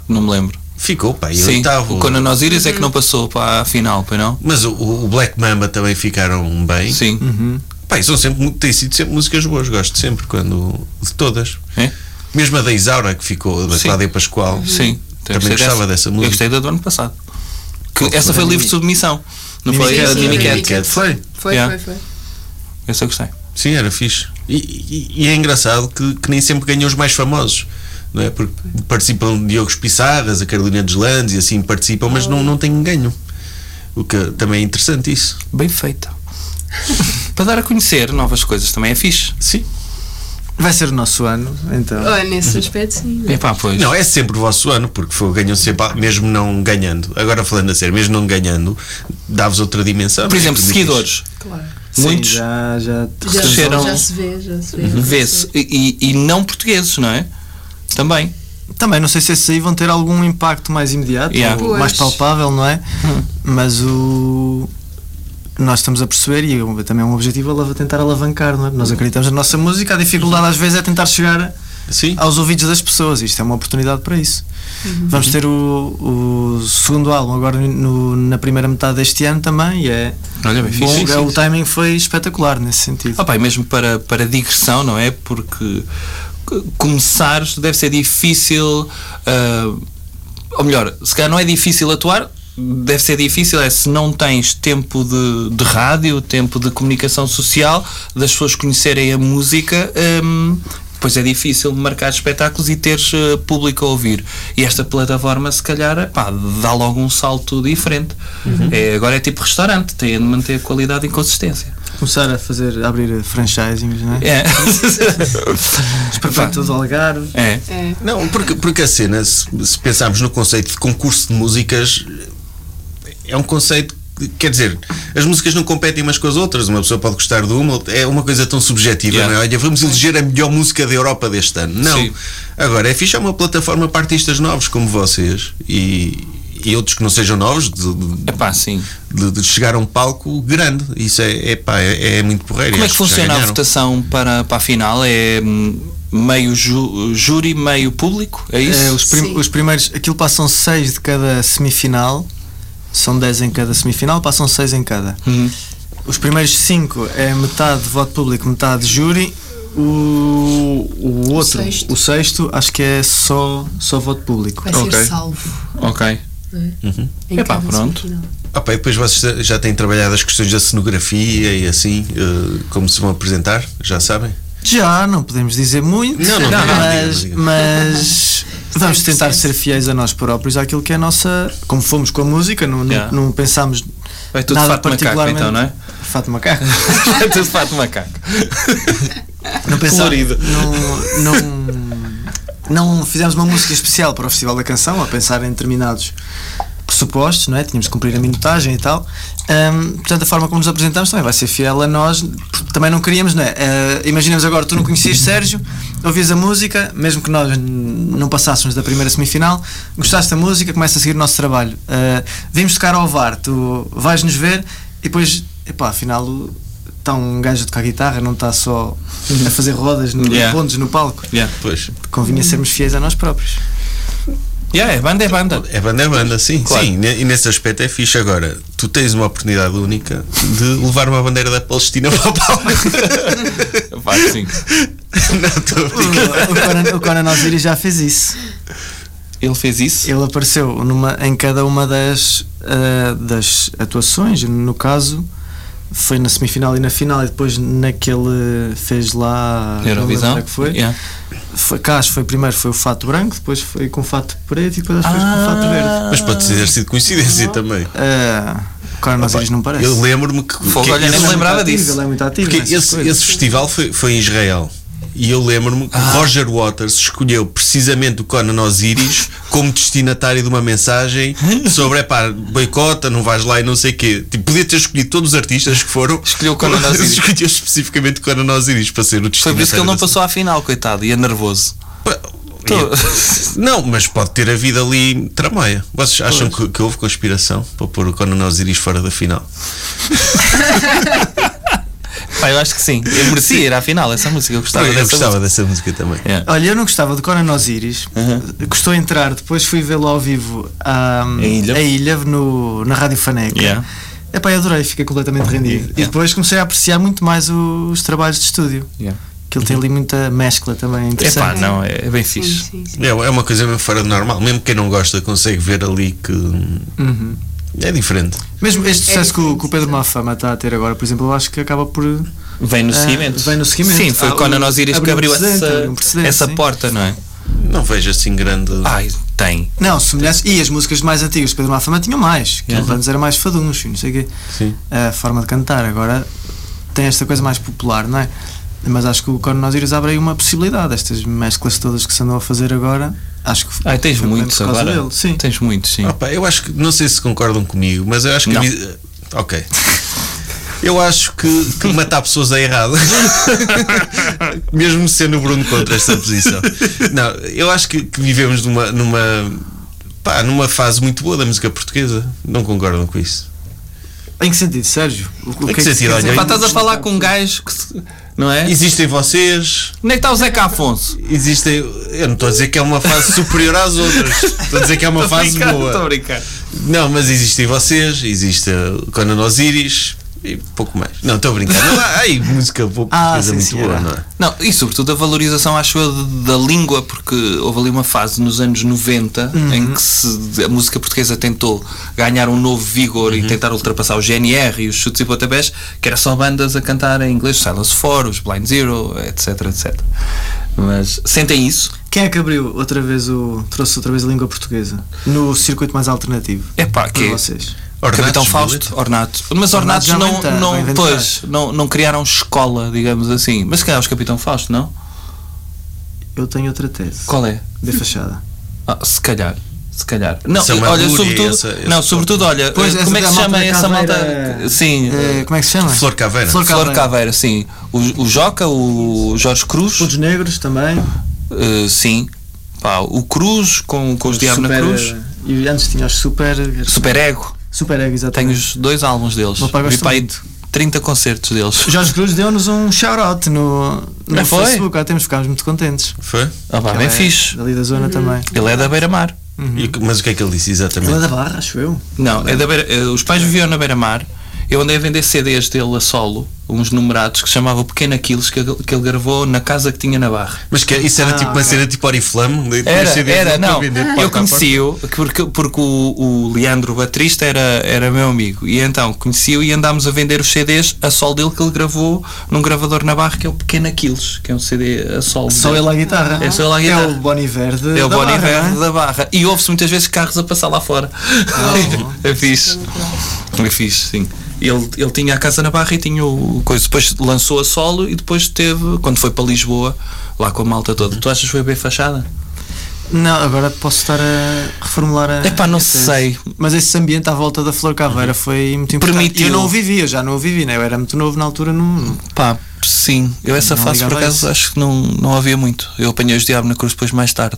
Speaker 2: Não me lembro.
Speaker 3: Ficou, pá, e
Speaker 2: Sim,
Speaker 3: oitavo.
Speaker 2: o Conan Osiris é que não passou para a final, pois não?
Speaker 3: Mas o, o Black Mamba também ficaram bem.
Speaker 2: Sim.
Speaker 5: Uhum.
Speaker 3: Pá, e são sempre, mu- têm sido sempre músicas boas, gosto sempre, quando, de todas.
Speaker 2: É?
Speaker 3: Mesmo a da Isaura, que ficou, da
Speaker 2: Sim.
Speaker 3: Cláudia Pascoal.
Speaker 2: Sim. eu
Speaker 3: Uhum. Também
Speaker 2: gostei
Speaker 3: gostava dessa música.
Speaker 2: Eu gostei da do ano passado. Que
Speaker 3: Qual
Speaker 2: essa
Speaker 3: foi?
Speaker 2: foi livre de submissão. Não
Speaker 5: Mimi
Speaker 2: foi?
Speaker 3: é
Speaker 5: Cat.
Speaker 2: A de
Speaker 6: Sim,
Speaker 2: Mimi
Speaker 6: sim,
Speaker 2: Cat.
Speaker 6: Mimi Cat.
Speaker 5: Foi.
Speaker 6: Foi,
Speaker 2: Yeah.
Speaker 6: foi, foi.
Speaker 2: Essa eu gostei.
Speaker 3: Sim, era fixe. E, e- e é engraçado que, que nem sempre ganham os mais famosos, não é? Porque participam Diogo Pissarras, a Carolina dos Landes e assim participam, mas não, não têm ganho. O que também é interessante isso.
Speaker 2: Bem feita. para dar a conhecer novas coisas também é fixe.
Speaker 3: Sim.
Speaker 5: Vai ser o nosso ano, então.
Speaker 2: Ah,
Speaker 6: Oh, nesse aspecto, sim.
Speaker 2: É pá, pois.
Speaker 3: Não, é sempre o vosso ano, porque foi, ganham sempre, ah, mesmo não ganhando. Agora falando a sério, mesmo não ganhando, dá-vos outra dimensão.
Speaker 2: Por exemplo,
Speaker 3: É muito
Speaker 2: seguidores.
Speaker 6: Claro.
Speaker 5: Sim,
Speaker 2: Muitos
Speaker 5: Já, já,
Speaker 6: Já,
Speaker 2: Cresceram- Uhum.
Speaker 6: já se vê, já se vê.
Speaker 2: vê-se. E, e- e não portugueses, não é? Também.
Speaker 5: Também não sei se esses aí vão ter algum impacto mais imediato,
Speaker 2: Yeah. Hum.
Speaker 5: ou mais
Speaker 6: Pois.
Speaker 5: palpável, não é? Mas o. Nós estamos a perceber, e eu- também é um objetivo, ela tentar alavancar, não é? Nós acreditamos na nossa música, a dificuldade às vezes é tentar chegar
Speaker 3: fixe. Sim.
Speaker 5: aos ouvidos das pessoas, isto é uma oportunidade para isso. Vamos ter o, o segundo álbum agora no- na primeira metade deste ano também, e é.
Speaker 2: Olha, bem fixe.
Speaker 5: bom,
Speaker 2: Sim, sim,
Speaker 5: é, o
Speaker 2: sim.
Speaker 5: timing foi espetacular nesse sentido.
Speaker 2: Ah, pá, e mesmo para, para digressão, não é? Porque c- começar deve ser difícil. ah, ou melhor, se calhar não é difícil atuar, deve ser difícil é se não tens tempo de, de rádio, tempo de comunicação social, das pessoas conhecerem a música. hum, Pois é difícil marcar espetáculos e teres ah, público a ouvir. E esta plataforma, se calhar, pá, dá logo um salto diferente. É, agora é tipo restaurante, tem de manter a qualidade e consistência.
Speaker 5: Começar a fazer, a abrir franchisings, não é?
Speaker 2: É.
Speaker 5: Os
Speaker 3: É,
Speaker 5: prefeitos do Algarve.
Speaker 2: é.
Speaker 6: É.
Speaker 3: Não, porque, porque a cena, se, se pensarmos no conceito de concurso de músicas, é um conceito. que- Quer dizer, as músicas não competem umas com as outras. Uma pessoa pode gostar de uma, outra- é uma coisa tão subjetiva,
Speaker 2: Yeah.
Speaker 3: não é? Olha, vamos eleger a melhor música da Europa deste ano. Não.
Speaker 2: Sim.
Speaker 3: Agora, é fixe, é uma plataforma para artistas novos como vocês e, e outros que não sejam novos, de, de-
Speaker 2: Epá, sim.
Speaker 3: de- de chegar a um palco grande. Isso é, é, pá, é, é muito porreiro.
Speaker 2: Como é
Speaker 3: Acho
Speaker 2: que
Speaker 3: já
Speaker 2: funciona a
Speaker 3: ganharam.
Speaker 2: votação para, para a final? É hum, meio ju- júri, meio público? É isso?
Speaker 5: É, os, prim-
Speaker 6: Sim.
Speaker 5: os primeiros, aquilo passam 6 de cada semifinal, são 10 em cada semifinal, passam 6 em cada.
Speaker 2: Uhum.
Speaker 5: Os primeiros 5 é metade voto público, metade júri. O, o outro, o sexto.
Speaker 6: sexto.
Speaker 5: acho que é só, só voto público.
Speaker 6: Vai ser
Speaker 2: Ok.
Speaker 6: salvo.
Speaker 2: Ok.
Speaker 6: em
Speaker 2: Epá,
Speaker 6: cada
Speaker 2: pronto.
Speaker 6: semifinal.
Speaker 3: Ah, pá, e depois vocês já têm trabalhado as questões da cenografia e assim, eh, como se vão apresentar, já sabem?
Speaker 5: Já, não podemos dizer muito,
Speaker 3: Não, não, não, não,
Speaker 5: mas,
Speaker 3: diga, diga.
Speaker 5: mas vamos tentar
Speaker 6: 100%.
Speaker 5: ser fiéis a nós próprios, àquilo que é a nossa. Como fomos com a música, não, não-
Speaker 2: Yeah.
Speaker 5: não pensámos
Speaker 2: Vai É tudo de
Speaker 5: nada
Speaker 2: fato macaco,
Speaker 5: particularmente.
Speaker 2: então, não é?
Speaker 5: Fato macaco.
Speaker 2: Tudo de fato macaco.
Speaker 5: Não pensava.
Speaker 2: Colorido.
Speaker 5: Não, não, não fizemos uma música especial para o Festival da Canção, a pensar em determinados pressupostos, não é? Tínhamos de cumprir a minutagem e tal. Ahm, portanto, a forma como nos apresentamos também vai ser fiel a nós, porque também não queríamos, não é? Ah, imaginemos agora, tu não conhecias Sérgio, ouvias a música, mesmo que nós n- não passássemos da primeira semifinal, gostaste da música, começa a seguir o nosso trabalho. Ah, vimos tocar ao VAR, tu vais nos ver e depois, epá, afinal. o- Está um gajo a tocar guitarra, não está só a fazer rodas no,
Speaker 2: Yeah.
Speaker 5: pontos no palco.
Speaker 2: Yeah.
Speaker 3: Pois.
Speaker 5: Convinha sermos fiéis a nós próprios.
Speaker 2: Yeah, é banda é banda.
Speaker 3: É banda, é banda, sim.
Speaker 2: Claro.
Speaker 3: Sim, ne- e nesse aspecto é fixe. Agora, tu tens uma oportunidade única de levar uma bandeira da Palestina para o palco.
Speaker 2: Pá, sim.
Speaker 3: Não, estou a brincar.
Speaker 5: O Conan- O Conan Osiris já fez isso.
Speaker 2: Ele fez isso.
Speaker 5: Ele apareceu numa- em cada uma das, ah, das atuações. No caso, foi na semifinal e na final, e depois naquele fez lá. não lembro
Speaker 2: Eurovisão.
Speaker 5: onde é que foi.
Speaker 2: Yeah.
Speaker 5: foi cá, acho que foi primeiro foi o fato branco, depois foi com fato preto e depois acho que foi
Speaker 2: Ah.
Speaker 5: com fato verde.
Speaker 3: Mas pode ter sido coincidência também.
Speaker 5: Ah, o Conan Osiris não parece.
Speaker 3: Eu lembro-me que.
Speaker 2: Fogo,
Speaker 3: que
Speaker 2: olha,
Speaker 3: esse-
Speaker 2: nem me
Speaker 5: é muito
Speaker 2: lembrava
Speaker 5: ativo,
Speaker 2: disso.
Speaker 5: Ele é muito ativo.
Speaker 3: Porque
Speaker 5: nessas
Speaker 3: esse,
Speaker 5: coisas.
Speaker 3: esse festival foi, foi em Israel. E eu lembro-me que
Speaker 2: Ah.
Speaker 3: Roger Waters escolheu precisamente o Conan Osiris como destinatário de uma mensagem sobre, é pá, boicota, não vais lá e não sei o quê. Tipo, podia ter escolhido todos os artistas que foram.
Speaker 2: Escolheu o Conan Osiris.
Speaker 3: Escolheu especificamente o Conan Osiris para ser o destinatário.
Speaker 2: Foi por isso que ele não
Speaker 3: dessa-
Speaker 2: passou Então, à final, coitado, e é nervoso. é-
Speaker 3: Pá, e- Não, mas pode ter havido ali tramóia. Vocês acham que, que houve conspiração para pôr o Conan Osiris fora da final?
Speaker 2: Pá, eu acho que sim. Eu merecia ir à final, essa música. Eu gostava
Speaker 3: eu
Speaker 2: dessa
Speaker 3: gostava
Speaker 2: música.
Speaker 3: dessa música também.
Speaker 2: Yeah.
Speaker 5: Olha, eu não gostava de Conan Osiris. Gostou entrar, depois fui vê-lo ao vivo à,
Speaker 2: Em Ilha.
Speaker 5: a Ilha no, na Rádio Faneca.
Speaker 2: Yeah. Uhum.
Speaker 5: Epá, eu adorei, fiquei completamente rendido. E
Speaker 2: Yeah.
Speaker 5: depois comecei a apreciar muito mais o- os trabalhos de estúdio.
Speaker 2: Yeah. Uhum.
Speaker 5: Que ele tem ali muita mescla também
Speaker 2: Epá,
Speaker 5: interessante.
Speaker 2: não, é, é bem fixe.
Speaker 6: Sim, sim, sim.
Speaker 3: É, é uma coisa mesmo fora do normal. Mesmo quem não gosta consegue ver ali que hum,
Speaker 2: Uhum.
Speaker 3: é diferente.
Speaker 5: Mesmo este sucesso que, o,
Speaker 6: diferente,
Speaker 5: que o Pedro Mafama está a ter agora, por exemplo, eu acho que acaba por.
Speaker 2: Vem no
Speaker 5: Ah,
Speaker 2: seguimento.
Speaker 5: vem no seguimento.
Speaker 2: Sim, foi
Speaker 5: Ah,
Speaker 2: Conan
Speaker 5: o-
Speaker 2: Osiris que
Speaker 5: abriu um
Speaker 2: abriu
Speaker 5: precedente, abriu um
Speaker 2: essa,
Speaker 5: precedente,
Speaker 2: essa
Speaker 5: sim.
Speaker 2: porta, não é?
Speaker 3: Não vejo assim grande.
Speaker 2: Ai, tem.
Speaker 5: Não, semelhança. E as músicas mais antigas, Pedro Mafama tinham mais. Que
Speaker 2: Yeah.
Speaker 5: antes era mais faduncho, não sei o quê.
Speaker 3: Sim.
Speaker 5: a forma de cantar. Agora tem esta coisa mais popular, não é? Mas acho que o Conan Osiris abre aí uma possibilidade. Estas mesclas todas que se andam a fazer agora, acho que.
Speaker 2: Ai, Ah, tens
Speaker 5: foi
Speaker 2: muitos
Speaker 5: por causa
Speaker 2: agora.
Speaker 5: dele, Sim.
Speaker 2: Tens muitos, sim.
Speaker 3: Ah pá, eu acho que não sei se concordam comigo, mas eu acho que
Speaker 2: Não.
Speaker 3: vi- ok. Eu acho que, que matar pessoas é errado. Mesmo sendo o Bruno contra esta posição. Não, eu acho que, que vivemos numa, numa, pá, numa fase muito boa da música portuguesa. Não concordam com isso?
Speaker 5: Em que sentido, Sérgio? O, é o
Speaker 3: que
Speaker 2: assim,
Speaker 3: sentido?
Speaker 5: quer dizer?
Speaker 3: Olha,
Speaker 2: Pá, estás a falar com um gajo que. se- Não é?
Speaker 3: Existem vocês,
Speaker 2: Onde é que está o Zeca Afonso?
Speaker 3: existem. Eu não estou a dizer que é uma fase superior às outras. Estou a dizer que é uma fase boa.
Speaker 2: Estou a brincar.
Speaker 3: Não, mas existem vocês, existe o Conan Osiris e pouco mais. Não, estou a brincar. Não, há- há aí música boa
Speaker 5: Ah,
Speaker 3: portuguesa
Speaker 5: sim,
Speaker 3: muito
Speaker 5: senhora.
Speaker 3: boa, não é?
Speaker 2: Não, e sobretudo a valorização, acho eu, de- da língua, porque houve ali uma fase nos anos 90 em que se- a música portuguesa tentou ganhar um novo vigor e tentar ultrapassar o GNR e os chutes e pontapés, que era só bandas a cantar em inglês, Silence 4, os Blind Zero, etc, etc. Mas sentem isso?
Speaker 5: Quem é que abriu outra vez o. trouxe outra vez a língua portuguesa? No circuito mais alternativo?
Speaker 2: É pá,
Speaker 5: Para
Speaker 2: que
Speaker 5: vocês.
Speaker 3: Ornatos,
Speaker 2: Capitão
Speaker 3: Violeta.
Speaker 2: Fausto, Ornato. Mas Ornatos
Speaker 5: Ornatos já
Speaker 2: não,
Speaker 5: inventaram,
Speaker 2: não,
Speaker 5: inventaram.
Speaker 2: pois, não, não criaram escola, digamos assim. Mas se calhar os Capitão Fausto, não?
Speaker 5: Eu tenho outra tese.
Speaker 2: Qual é?
Speaker 5: De fachada.
Speaker 2: Ah, se calhar. Se calhar. Não,
Speaker 3: Essa
Speaker 2: olha,
Speaker 3: Madúria,
Speaker 2: sobretudo.
Speaker 3: essa- essa-
Speaker 2: não, sobretudo, olha,
Speaker 5: Pois,
Speaker 2: eh,
Speaker 5: essa
Speaker 2: como é que
Speaker 5: da
Speaker 2: se
Speaker 5: malta
Speaker 2: chama
Speaker 5: da
Speaker 2: essa
Speaker 5: caveira-
Speaker 2: malta? Sim.
Speaker 5: Eh,
Speaker 2: eh,
Speaker 5: como é que se chama?
Speaker 3: Flor Caveira.
Speaker 5: Flor
Speaker 2: Flor
Speaker 5: Caveira.
Speaker 2: Caveira, sim. O, o Joca, o Jorge Cruz,
Speaker 5: Os negros também.
Speaker 2: eh, sim. Pá, o Cruz com, com os Diabo na
Speaker 5: Super- eh,
Speaker 2: Cruz.
Speaker 5: E antes tinha os super.
Speaker 2: Super Ego.
Speaker 5: Super ego,
Speaker 2: Tenho
Speaker 5: exatamente.
Speaker 2: os dois álbuns deles.
Speaker 5: Meu pai
Speaker 2: Vi
Speaker 5: gosta
Speaker 2: pá, aí 30 concertos deles.
Speaker 5: Jorge Cruz deu-nos um shout-out
Speaker 2: Ah,
Speaker 5: no, no
Speaker 2: foi?
Speaker 5: Facebook, ah, temos ficámos muito contentes.
Speaker 3: Foi?
Speaker 2: Ah, pá, bem
Speaker 5: Ele é
Speaker 2: fixe.
Speaker 5: Dali da zona também.
Speaker 2: Ele é da Beira-Mar.
Speaker 3: E o que- mas o que é que ele disse
Speaker 5: Ele é
Speaker 3: exatamente?
Speaker 5: da Barra, acho eu.
Speaker 2: Não, é da beira, eh, os pais viviam na Beira-Mar. Eu andei a vender CDs dele a solo, uns numerados, que se chamava o Pequeno Aquiles, que, ele- que ele gravou na casa que tinha na Barra.
Speaker 3: Mas que, isso era tipo uma cena tipo Oriflame? de- de
Speaker 2: Era,
Speaker 3: CD para
Speaker 2: era, não.
Speaker 3: vender, porta a
Speaker 2: Eu
Speaker 3: porta.
Speaker 2: conheci-o porque, porque o, o Leandro Batista era, era meu amigo. E então conheci-o e andámos a vender os CDs a sol dele que ele gravou num gravador na barra que é o Pequeno Aquiles, que é um CD a sol.
Speaker 5: Só
Speaker 2: dele.
Speaker 5: ele à guitarra.
Speaker 2: É só ele à
Speaker 5: É
Speaker 2: guitarra.
Speaker 5: o Bon Iver de,
Speaker 2: É o
Speaker 5: da
Speaker 2: Bon
Speaker 5: Barra,
Speaker 2: Iver
Speaker 5: não é?
Speaker 2: da Barra. E
Speaker 5: Oh.
Speaker 2: ouve-se muitas vezes carros a passar lá fora. é fixe. É fixe, sim. Ele, ele tinha a casa na Barra e tinha o coisa. Depois lançou a solo e depois teve, quando foi para Lisboa, lá com a malta toda. Tu achas que foi bem fachada?
Speaker 5: Não, agora posso estar a reformular a.
Speaker 2: Epá, não
Speaker 5: a tese.
Speaker 2: sei. Uhum.
Speaker 5: Mas esse ambiente à volta da Flor Caveira foi muito importante.
Speaker 2: Permitiu.
Speaker 5: E Eu não o vivi, eu já não o vivi, né? Eu era muito novo na altura, não.
Speaker 2: Pá, sim. Eu essa
Speaker 5: Não
Speaker 2: fase, por
Speaker 5: ligava a
Speaker 2: acaso,
Speaker 5: isso.
Speaker 2: acho que não, não havia muito. Eu apanhei os Diabo na Cruz depois mais tarde.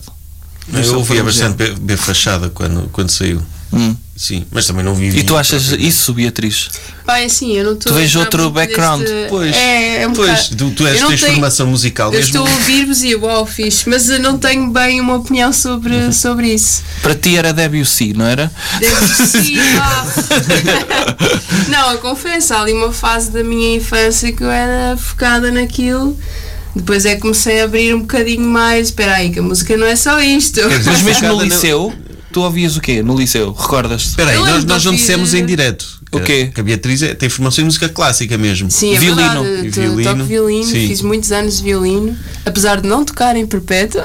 Speaker 3: Eu
Speaker 5: foi
Speaker 3: ouvia
Speaker 5: um
Speaker 3: bastante B, B Fachada quando, quando saiu.
Speaker 2: Hum.
Speaker 3: Sim, mas também não vivi.
Speaker 2: E tu achas isso, Beatriz?
Speaker 6: Pá, é assim, eu não estou.
Speaker 2: Tu
Speaker 6: a
Speaker 2: vês
Speaker 6: entrar
Speaker 2: outro
Speaker 6: muito
Speaker 2: background.
Speaker 3: Pois,
Speaker 6: É, é um
Speaker 3: pois
Speaker 6: bocado-
Speaker 3: tu, tu és,
Speaker 6: Eu não
Speaker 3: tens
Speaker 6: tenho-
Speaker 3: formação musical
Speaker 6: Eu
Speaker 3: mesmo.
Speaker 6: estou a ouvir-vos e uau, fixe, mas eu não tenho bem uma opinião sobre, sobre isso.
Speaker 2: Para ti era Debussy, não era?
Speaker 6: Deve ser, ah. Não, eu confesso, há ali uma fase da minha infância que eu era focada naquilo. Depois é que comecei a abrir um bocadinho mais. Espera aí, que a música não é só isto.
Speaker 2: Mas mesmo no
Speaker 3: Focada na-
Speaker 2: liceu, tu ouvias o quê? No liceu, recordas-te?
Speaker 3: Espera aí,
Speaker 6: Eu
Speaker 3: nós,
Speaker 6: lembro
Speaker 3: nós não
Speaker 6: de
Speaker 3: dissemos
Speaker 6: ouvir- eh,
Speaker 3: em direto.
Speaker 2: O quê?
Speaker 3: Que a Beatriz é- tem formação em música clássica mesmo.
Speaker 6: Sim, é
Speaker 2: Violino.
Speaker 6: verdade.
Speaker 3: E
Speaker 6: to-
Speaker 3: violino.
Speaker 6: Toco violino,
Speaker 3: Sim.
Speaker 6: fiz muitos anos de violino, apesar de não tocar em perpétuo.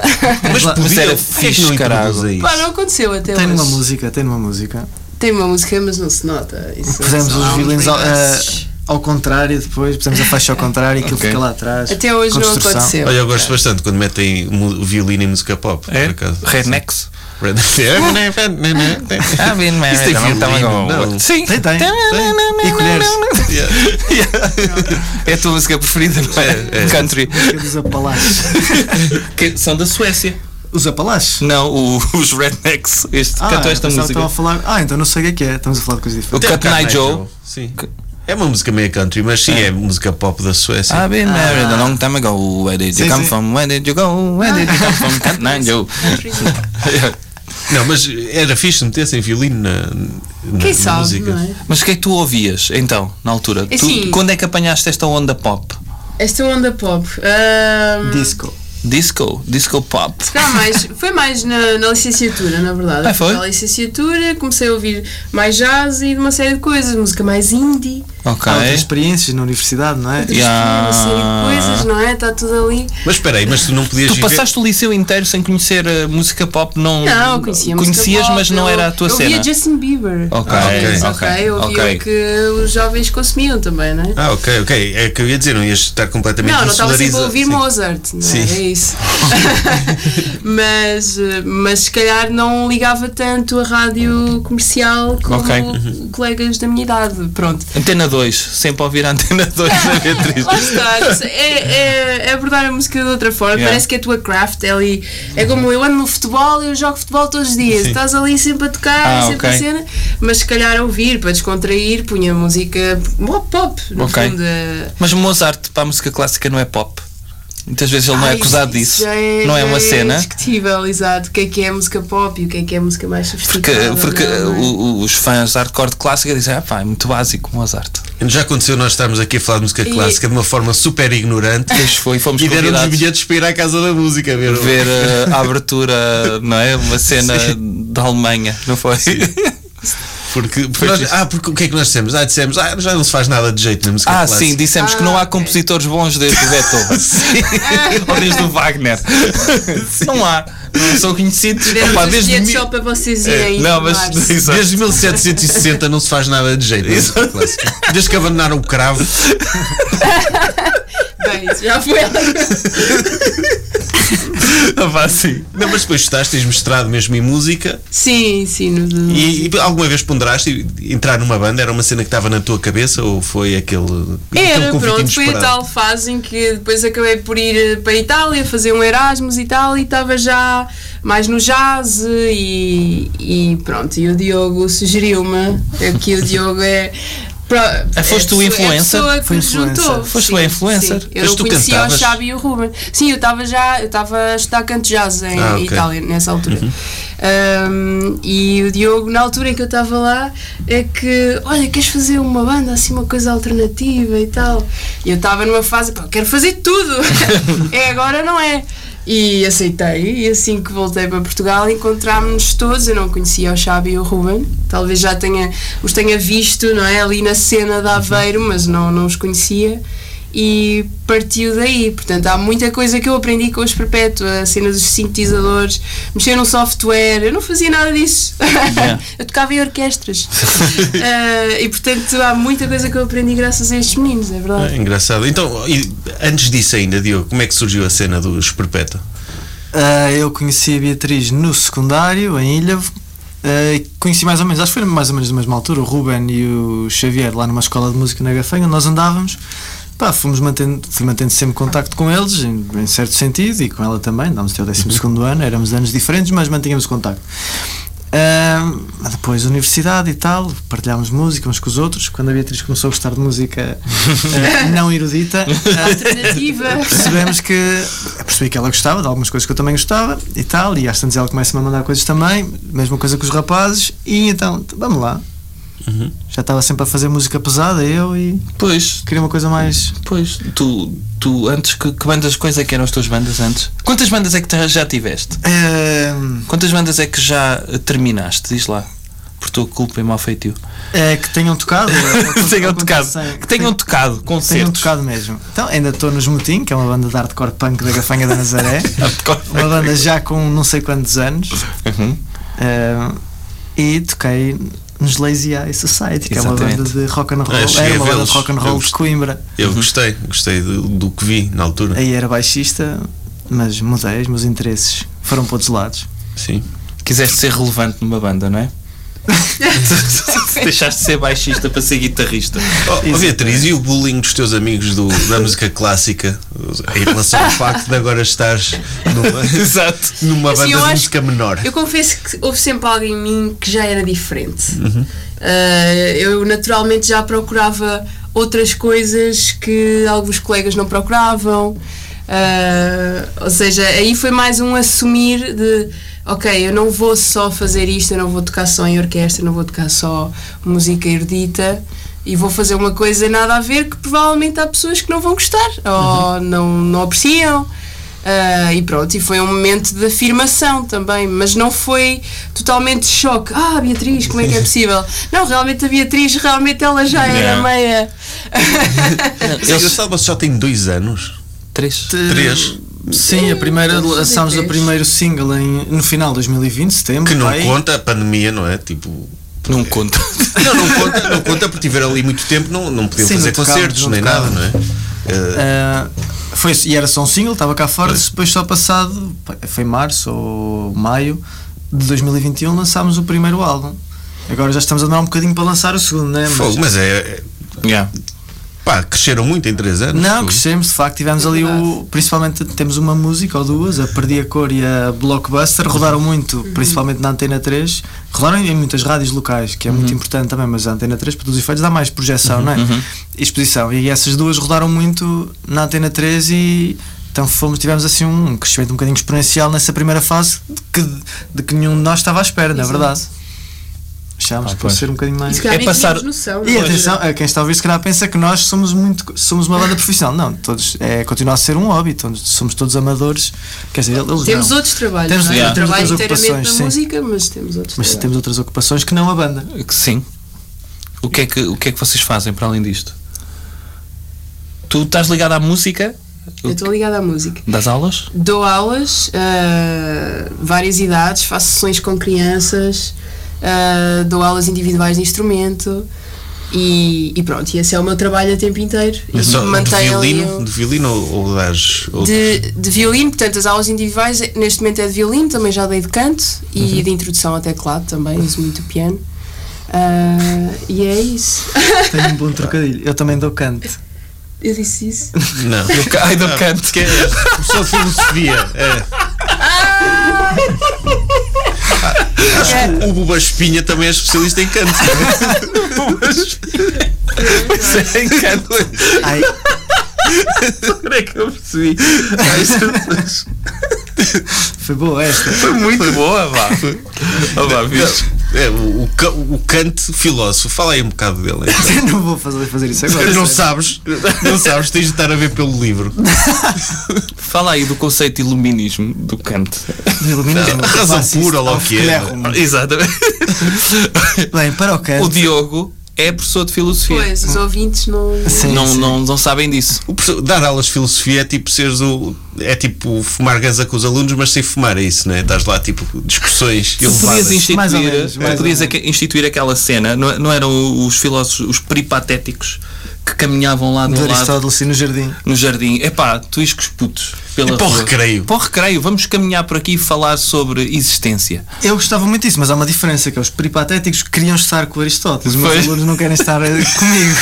Speaker 3: Mas,
Speaker 2: Mas
Speaker 3: podia,
Speaker 2: era
Speaker 3: porque é que
Speaker 2: fixe,
Speaker 3: não
Speaker 2: caralho.
Speaker 3: introduz aí?
Speaker 6: Pá, não aconteceu até
Speaker 5: Tem
Speaker 6: hoje.
Speaker 5: numa música, tem numa música.
Speaker 6: Tem uma música, mas não se nota. Isso um
Speaker 5: Pusemos
Speaker 6: são
Speaker 5: os violinos ao,
Speaker 6: almanacs.
Speaker 5: a- ao contrário depois, pusemos a faixa ao contrário e aquilo fica lá atrás.
Speaker 6: Até hoje não
Speaker 5: Construção.
Speaker 6: aconteceu.
Speaker 3: Olha, eu gosto bastante quando metem mu- violino em música pop.
Speaker 2: É?
Speaker 3: por acaso.
Speaker 2: Rednecks?
Speaker 3: Red- Isso
Speaker 2: bem, mas
Speaker 3: tem violino, não.
Speaker 2: Ah, Sim.
Speaker 5: Tem, tem. tem. E colheres.
Speaker 3: Yeah.
Speaker 2: É a tua música preferida, não é?
Speaker 3: É, é.
Speaker 2: Country.
Speaker 5: Os apalaches.
Speaker 2: Que são da Suécia.
Speaker 5: Os apalaches?
Speaker 2: Não, o- os Rednecks. Este,
Speaker 5: Ah,
Speaker 2: cantou esta
Speaker 5: pensava que
Speaker 2: música.
Speaker 5: estavam a falar. Ah, então não sei o que é que é. Estamos a falar de coisas
Speaker 2: O
Speaker 5: diferentes.
Speaker 3: Tem
Speaker 2: Cut
Speaker 3: Cat
Speaker 2: Night
Speaker 3: Night
Speaker 2: Joe.
Speaker 3: Sim. É uma música meio country, mas sim, é, música pop da Suécia.
Speaker 2: I've been married a long time ago. Where did you
Speaker 5: Sim,
Speaker 2: come
Speaker 5: sim.
Speaker 2: from? Where did you go? Where did you come from? Cat Night Joe.
Speaker 3: Não, mas era fixe metessem violino na, na
Speaker 6: Quem
Speaker 3: na
Speaker 6: sabe,
Speaker 3: música.
Speaker 6: não é?
Speaker 2: Mas o que é que tu ouvias então, na altura? Tu-
Speaker 6: Assim-
Speaker 2: quando é que apanhaste esta onda pop?
Speaker 6: Esta é onda pop. ahm,
Speaker 5: Disco.
Speaker 2: Disco? Disco pop?
Speaker 6: Se calhar mais, foi mais na, na licenciatura, na verdade.
Speaker 2: Ah, foi?
Speaker 6: Na licenciatura comecei a ouvir mais jazz e de uma série de coisas, música mais indie,
Speaker 2: Ok.
Speaker 5: Há outras experiências na universidade, não é?
Speaker 6: outras-
Speaker 2: Yeah.
Speaker 6: uma série de coisas, não é? Está tudo ali.
Speaker 3: Mas espera aí, mas tu não podias
Speaker 2: Tu
Speaker 3: viver.
Speaker 2: passaste o liceu inteiro sem conhecer eh, música pop? Não,
Speaker 6: Não, conhecia música
Speaker 2: Conhecias,
Speaker 6: pop,
Speaker 2: mas não
Speaker 6: eu-
Speaker 2: era a tua
Speaker 6: eu
Speaker 2: cena.
Speaker 6: Ouvia Justin Bieber.
Speaker 2: Ok,
Speaker 6: Talvez,
Speaker 3: ok,
Speaker 6: Eu ouvia
Speaker 2: ok.
Speaker 6: o que os jovens consumiam também, não é?
Speaker 3: Ah, ok, ok. É que eu ia dizer, não ias estar completamente
Speaker 6: Não, não estava sempre a
Speaker 3: insulariza-
Speaker 6: ouvir
Speaker 3: Sim.
Speaker 6: Mozart, não
Speaker 3: Sim.
Speaker 6: era isso. mas, eh, mas se calhar não ligava tanto a rádio comercial como
Speaker 2: Ok. Uhum.
Speaker 6: colegas da minha idade. Pronto.
Speaker 2: Antena 2, sempre a ouvir a Antena 2 da Beatriz.
Speaker 6: Lá está, não sei, é, é, é abordar a música de outra forma,
Speaker 2: Yeah.
Speaker 6: parece que é a tua craft, é ali. É como eu ando no futebol, eu jogo futebol todos os dias, estás ali sempre a tocar,
Speaker 2: Ah,
Speaker 6: sempre
Speaker 2: ok.
Speaker 6: a cena, mas se calhar a ouvir, para descontrair, punha música pop, pop no
Speaker 2: Ok.
Speaker 6: fundo. é-
Speaker 2: Mas Mozart para a música clássica não é pop. Muitas vezes ele não é
Speaker 6: Ai,
Speaker 2: acusado
Speaker 6: isso
Speaker 2: disso.
Speaker 6: já é-
Speaker 2: não é
Speaker 6: já
Speaker 2: uma cena.
Speaker 6: Discutível, exato. O que é que é música pop e o que é que é música mais
Speaker 2: Porque,
Speaker 6: sofisticada?
Speaker 2: porque
Speaker 6: não é?
Speaker 2: o- o- os fãs de hardcore de clássica dizem, ah pá, é muito básico Mozart.
Speaker 3: Já aconteceu nós estarmos aqui a falar de música
Speaker 6: E-
Speaker 3: clássica de uma forma super ignorante
Speaker 2: Pois foi, fomos
Speaker 3: e deram-nos
Speaker 2: convidados
Speaker 3: bilhetes para ir à casa da música ver.
Speaker 2: a ver eh, a abertura, não é? Uma cena da Alemanha, não foi?
Speaker 3: Porque, porque
Speaker 2: Pois
Speaker 3: nós-
Speaker 2: isso.
Speaker 3: ah, porque o que é que nós dissemos? Ah, dissemos, ah, já não se faz nada de jeito na música
Speaker 2: Ah,
Speaker 3: clássica.
Speaker 2: sim, dissemos que não há compositores bons desde o Beethoven. Ou desde o Wagner. Não há. Não são conhecidos.
Speaker 6: Demos
Speaker 2: Opa,
Speaker 6: os
Speaker 2: desde
Speaker 6: bilhetes
Speaker 2: mi-
Speaker 6: só para vocês
Speaker 2: É,
Speaker 6: irem
Speaker 2: não, mas-
Speaker 6: informar-se.
Speaker 2: Exato.
Speaker 3: Desde 1760 não se faz nada de jeito. na música clássica. Desde que abandonaram o cravo.
Speaker 6: Bem, isso já foi
Speaker 2: Opa, Ah, sim.
Speaker 3: Não, mas depois estás, tens mestrado mesmo em música
Speaker 6: Sim, sim. no-
Speaker 3: e, e alguma vez ponderaste entrar numa banda? Era uma cena que estava na tua cabeça ou foi aquele.
Speaker 2: Então,
Speaker 3: aquele
Speaker 6: Era,
Speaker 3: convite
Speaker 6: pronto, foi a
Speaker 3: inesperado?
Speaker 6: tal fase em que depois acabei por ir eh, para a Itália fazer um Erasmus e tal, e estava já mais no jazz eh, e, e pronto, e o Diogo sugeriu-me, é que o Diogo é... pro- é
Speaker 2: Ah, foste
Speaker 6: a
Speaker 2: o
Speaker 6: pessoa- é a
Speaker 2: influencer?
Speaker 6: pessoa que
Speaker 5: Foi
Speaker 6: me juntou.
Speaker 5: influencer.
Speaker 2: Foste o influencer?
Speaker 6: sim. Eu
Speaker 3: Mas
Speaker 6: não
Speaker 3: tu
Speaker 6: conhecia
Speaker 3: cantavas?
Speaker 6: o Xabi e o Ruben. Sim, eu estava já, eu estava a estudar canto jazz em
Speaker 3: Ah, ok. Uhum.
Speaker 6: Itália nessa altura. Um, e o Diogo, na altura em que eu estava lá, é que, olha, queres fazer uma banda, assim, uma coisa alternativa e tal. E eu estava numa fase, pá, quero fazer tudo. é agora, não é? E aceitei, e assim que voltei para Portugal encontrámos-nos todos. Eu não conhecia o Xabi e o Ruben, talvez
Speaker 3: Uhum.
Speaker 6: já tenha, os tenha visto, não é? Ali na cena da Aveiro, mas não, não os conhecia. e partiu daí. Portanto, há muita coisa que eu aprendi com os Perpétua, a cena dos sintetizadores, mexer no software, eu não fazia nada disso.
Speaker 2: Yeah.
Speaker 6: eu tocava em orquestras. Ah, e portanto, há muita coisa que eu aprendi graças a estes meninos, é
Speaker 3: Ah,
Speaker 6: verdade.
Speaker 3: engraçado. Então, e antes disso ainda, Diogo, como é que surgiu a cena dos Perpétua?
Speaker 5: Ah, eu conheci a Beatriz no secundário, em Ilhavo. Ah, e conheci mais ou menos, acho que foi mais ou menos na mesma altura, o Ruben e o Xavier, lá numa escola de música na Gafanha, onde nós andávamos. Pá, fomos mantendo, fui mantendo sempre contacto com eles, em, em certo sentido, e com ela também, andámos até o 12 ano, éramos de anos diferentes, mas mantínhamos contacto. Ah, mas depois universidade e tal, partilhámos música uns com os outros. Quando a Beatriz começou a gostar de música ah, não erudita, ah,
Speaker 6: Alternativa.
Speaker 5: percebemos que eh, percebi que ela gostava de algumas coisas que eu também gostava e tal, e às tantas ela começa-me a mandar coisas também, mesma coisa que os rapazes, e então vamos lá.
Speaker 2: Uhum.
Speaker 5: Já estava sempre a fazer música pesada eu e
Speaker 2: Pois,
Speaker 5: queria uma coisa mais.
Speaker 2: pois. Tu, tu antes, que, que bandas, coisa que eram as tuas bandas antes? Quantas bandas é que te- já tiveste?
Speaker 5: eh,
Speaker 2: Quantas bandas é que já eh, terminaste? Diz lá. Por tua culpa e mau feitio.
Speaker 5: é, que tenham tocado. ou- ou-
Speaker 2: Que tenham
Speaker 5: ou
Speaker 2: tocado.
Speaker 5: acontecem-
Speaker 2: Que tenham tocado
Speaker 5: que tenham
Speaker 2: concertos.
Speaker 5: tocado mesmo. Então ainda estou nos Mutim, que é uma banda de hardcore punk da Gafanha da Nazaré. uma banda já com não sei quantos anos.
Speaker 2: Uhum.
Speaker 5: Eh, e toquei nos Lazy Eye Society, que é uma
Speaker 2: Exatamente.
Speaker 5: banda de rock and roll.
Speaker 3: Ah, eu cheguei
Speaker 5: era uma
Speaker 3: a
Speaker 5: banda
Speaker 3: vê-los.
Speaker 5: de rock and
Speaker 3: Eu
Speaker 5: roll de
Speaker 3: gostei.
Speaker 5: Coimbra.
Speaker 3: Eu gostei, gostei do, do que vi na altura.
Speaker 5: Aí era baixista, mas mudei, os meus interesses foram para outros lados.
Speaker 3: Sim.
Speaker 2: Quiseste ser relevante numa banda, não é? Deixaste de ser baixista para ser guitarrista.
Speaker 3: Oh, Beatriz, e o bullying dos teus amigos do- da música clássica em relação ao facto de agora estares numa,
Speaker 2: oh, Exato.
Speaker 3: numa
Speaker 6: Assim,
Speaker 3: banda
Speaker 6: eu
Speaker 3: de
Speaker 6: acho-
Speaker 3: música menor?
Speaker 6: Eu confesso que houve sempre algo em mim que já era diferente. Eh, eu naturalmente já procurava outras coisas que alguns colegas não procuravam. Eh, ou seja, aí foi mais um assumir de ok, eu não vou só fazer isto, eu não vou tocar só em orquestra, eu não vou tocar só música erudita e vou fazer uma coisa nada a ver que provavelmente há pessoas que não vão gostar ou não, não apreciam. Ah, e pronto, e foi um momento de afirmação também, mas não foi totalmente choque. Ah, Beatriz, como é que é possível? Não, realmente a Beatriz, realmente ela já era
Speaker 2: Não.
Speaker 6: meia.
Speaker 3: Mas é engraçado, você só tem dois anos.
Speaker 2: Três.
Speaker 3: Três.
Speaker 5: Sim, a primeira
Speaker 6: Vamos fazer
Speaker 5: lançámos o
Speaker 6: três.
Speaker 5: primeiro single em- no final de 2020, setembro.
Speaker 3: Que não
Speaker 5: pai.
Speaker 3: conta a pandemia, não é? Tipo.
Speaker 2: Não conta.
Speaker 3: Não, não conta, não conta porque tiveram ali muito tempo, não, não podiam
Speaker 5: Sim,
Speaker 3: fazer
Speaker 5: não tocava,
Speaker 3: concertos
Speaker 5: não
Speaker 3: nem
Speaker 5: tocava.
Speaker 3: nada, não é? Eh,
Speaker 5: Ah, foi, e era só um single, estava cá fora. Depois, só passado, foi março ou maio de 2021, lançámos o primeiro álbum. Agora já estamos a demorar um bocadinho para lançar o segundo, não é?
Speaker 3: fogo, mas é.
Speaker 2: Yeah.
Speaker 3: Pá, cresceram muito em três anos.
Speaker 5: Não,
Speaker 3: fogo.
Speaker 5: crescemos, de facto, tivemos ali o. Principalmente temos uma música ou duas, a Perdi a Cor e a Blockbuster, rodaram muito, principalmente na Antena 3, rodaram em muitas rádios locais, que é muito importante também, mas a Antena 3, para todos os efeitos, dá mais projeção, não é? Exposição. E essas duas rodaram muito na Antena 3 e. Então fomos, tivemos assim um crescimento um bocadinho exponencial nessa primeira fase que, de que nenhum de nós estava à espera, na
Speaker 6: Exato.
Speaker 5: verdade. Achámos
Speaker 2: Ah,
Speaker 5: que
Speaker 2: pois.
Speaker 5: pode ser um bocadinho mais.
Speaker 6: Se calhar
Speaker 2: É
Speaker 6: nem
Speaker 2: passar-
Speaker 6: tínhamos noção.
Speaker 5: E
Speaker 6: não é?
Speaker 5: atenção, a quem está a ouvir se calhar pensa que nós somos muito somos uma banda profissional. Não, todos é, continua a ser um hobby, todos- somos todos amadores. Quer dizer, eles
Speaker 6: Temos
Speaker 5: não.
Speaker 6: outros trabalhos.
Speaker 5: Temos-
Speaker 6: não é?
Speaker 2: yeah.
Speaker 6: Eu
Speaker 5: temos
Speaker 6: trabalho
Speaker 5: outras
Speaker 6: inteiramente
Speaker 5: ocupações,
Speaker 6: na
Speaker 5: sim.
Speaker 6: música, mas temos outros
Speaker 5: Mas
Speaker 6: trabalhos.
Speaker 5: temos outras ocupações que não a banda.
Speaker 2: Que Sim. O que, é que, o que é que vocês fazem para além disto? Tu estás ligado à música?
Speaker 6: Eu estou ligada à música.
Speaker 2: Das aulas?
Speaker 6: Dou aulas, ah, várias idades, faço sessões com crianças, ah, dou aulas individuais de instrumento e, e pronto, e esse é o meu trabalho a tempo inteiro.
Speaker 3: É
Speaker 6: E
Speaker 3: só de
Speaker 6: mantenho
Speaker 5: um
Speaker 6: ali um-
Speaker 3: violino,
Speaker 6: o-
Speaker 3: de violino ou, ou das. ou-
Speaker 6: de, de violino, portanto, as aulas individuais eh, neste momento é de violino, também já dei de canto e de introdução ao teclado também, uso muito o piano. Ah, e é isso.
Speaker 5: Tenho um bom trocadilho. Eu também dou canto.
Speaker 6: Eu disse isso.
Speaker 3: Não.
Speaker 2: Ai, do canto.
Speaker 3: Que é, só filosofia. É.
Speaker 6: Ah!
Speaker 3: Acho que o Buba Espinha também é especialista em canto.
Speaker 5: Ai,
Speaker 2: Como é que eu percebi?
Speaker 5: foi boa esta.
Speaker 2: Foi muito boa, vá. Ah, vá, viste?
Speaker 3: É, o, o, Ca- o Kant filósofo. Fala aí um bocado dele. então.
Speaker 5: Eu não vou fazer, fazer isso agora.
Speaker 3: Não sabes, não sabes, tens de estar a ver pelo livro.
Speaker 2: Fala aí do conceito de iluminismo do Kant.
Speaker 5: Iluminismo,
Speaker 3: Razão
Speaker 5: faço isso
Speaker 3: pura, logo
Speaker 5: ao
Speaker 3: que é.
Speaker 5: ferro.
Speaker 2: Exatamente.
Speaker 5: Bem, para o
Speaker 2: O
Speaker 5: canto.
Speaker 2: Diogo é professor de filosofia.
Speaker 6: Pois, os ouvintes não.
Speaker 5: Sim,
Speaker 2: não,
Speaker 5: sim.
Speaker 2: Não, não sabem disso.
Speaker 3: O professor- Dar aulas de filosofia é tipo seres o. É tipo fumar ganza com os alunos, mas sem fumar, é isso, né? Estás lá tipo discussões
Speaker 2: Tu podias
Speaker 3: elevadas.
Speaker 2: instituir,
Speaker 5: Mais ou menos,
Speaker 2: tu
Speaker 5: mais ou
Speaker 2: podias
Speaker 5: menos.
Speaker 2: aque- instituir aquela cena, não, não eram os filósofos, os peripatéticos que caminhavam lá de
Speaker 5: De
Speaker 2: um lado
Speaker 5: Aristóteles e no jardim.
Speaker 2: no jardim. Epá, tu és com os putos. Pela
Speaker 5: É
Speaker 3: E para o
Speaker 2: rua.
Speaker 3: recreio.
Speaker 2: Para o recreio, vamos caminhar por aqui e falar sobre existência.
Speaker 5: Eu gostava muito disso, mas há uma diferença, que é os peripatéticos queriam estar com Aristóteles, os meus
Speaker 2: Pois.
Speaker 5: alunos não querem estar eh, comigo.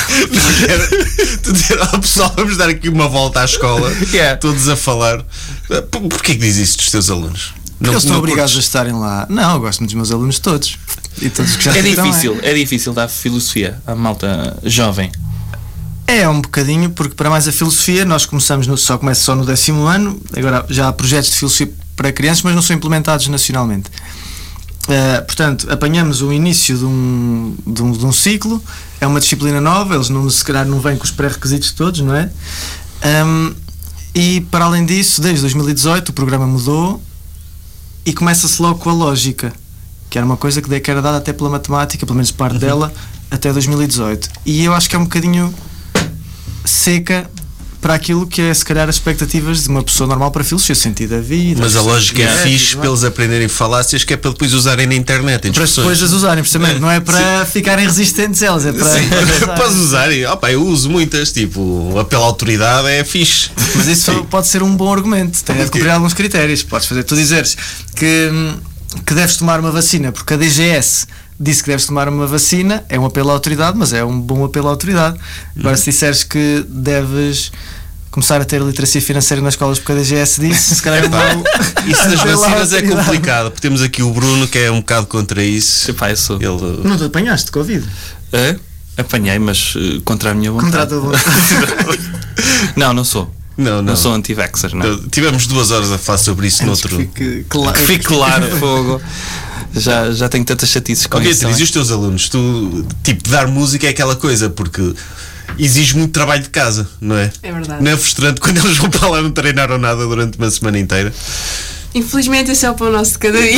Speaker 3: Tu dizer, oh, pessoal, vamos dar aqui uma volta à escola,
Speaker 2: Yeah.
Speaker 3: todos a falar. Por- Porquê que diz isso dos teus alunos?
Speaker 5: Porque eles estão obrigados a
Speaker 3: curtes?
Speaker 5: estarem lá. Não, eu gosto muito dos meus alunos todos. E todos que já
Speaker 2: É
Speaker 5: aqui também.
Speaker 2: difícil, é difícil dar filosofia à malta jovem.
Speaker 5: É um bocadinho, porque para mais a filosofia, nós começamos no, só começa só no décimo ano, agora já há projetos de filosofia para crianças, mas não são implementados nacionalmente. Eh, portanto, apanhamos o início de um, de, um, de um ciclo, é uma disciplina nova, eles não, se calhar não vêm com os pré-requisitos todos, não é? Ahm, e para além disso, desde 2018 o programa mudou e começa-se logo com a lógica, que era uma coisa que que era dada até pela matemática, pelo menos
Speaker 3: Uhum.
Speaker 5: parte dela, até 2018. E eu acho que é um bocadinho seca para aquilo que é, se calhar, as expectativas de uma pessoa normal para filosofia, o sentido da vida.
Speaker 3: Mas a lógica é
Speaker 5: Yeah.
Speaker 3: fixe para eles aprenderem falácias, que é para depois usarem na internet. Em
Speaker 5: para depois
Speaker 3: discussões.
Speaker 5: as usarem, precisamente. Não é para ficarem resistentes elas, é para.
Speaker 3: Sim,
Speaker 5: para usar.
Speaker 3: podes usar. e, Opa, eu uso muitas, tipo, apelo à autoridade é fixe.
Speaker 5: Mas isso pode ser um bom argumento. Tem de cumprir alguns critérios. Podes fazer. Tu dizeres que, hum, que deves tomar uma vacina, porque a DGS disse que deves tomar uma vacina, é um apelo à autoridade, mas é um bom apelo à autoridade. Agora, se disseres que deves. Começar a ter literacia financeira nas escolas porque a DGS disse, se calhar é um bom.
Speaker 3: Isso das
Speaker 5: apelo
Speaker 3: vacinas
Speaker 5: à
Speaker 3: é
Speaker 5: autoridade.
Speaker 3: complicado. porque Temos aqui o Bruno que é um bocado contra isso.
Speaker 2: Epá, eu sou.
Speaker 3: Ele.
Speaker 5: Não te apanhaste Covid?
Speaker 2: Hã? Apanhei, mas eh, contra a minha
Speaker 5: Contra a
Speaker 2: vontade.
Speaker 5: tua vontade.
Speaker 2: Não, não sou.
Speaker 3: Não, não.
Speaker 2: Não sou anti-vaxxer, não.
Speaker 3: Tivemos duas horas a falar sobre isso noutro.
Speaker 5: Fique claro.
Speaker 2: Que Fique claro, fogo. Já, já tenho tantas chatices com
Speaker 3: Ok,
Speaker 2: isso. é?
Speaker 3: Beatriz, e
Speaker 2: também.
Speaker 3: os teus alunos? Tu, tipo, dar música é aquela coisa, porque exige muito trabalho de casa, não é?
Speaker 6: É verdade.
Speaker 3: Não é frustrante quando eles vão para lá e não treinaram nada durante uma semana inteira.
Speaker 6: Infelizmente, esse é o pão nosso de cada dia.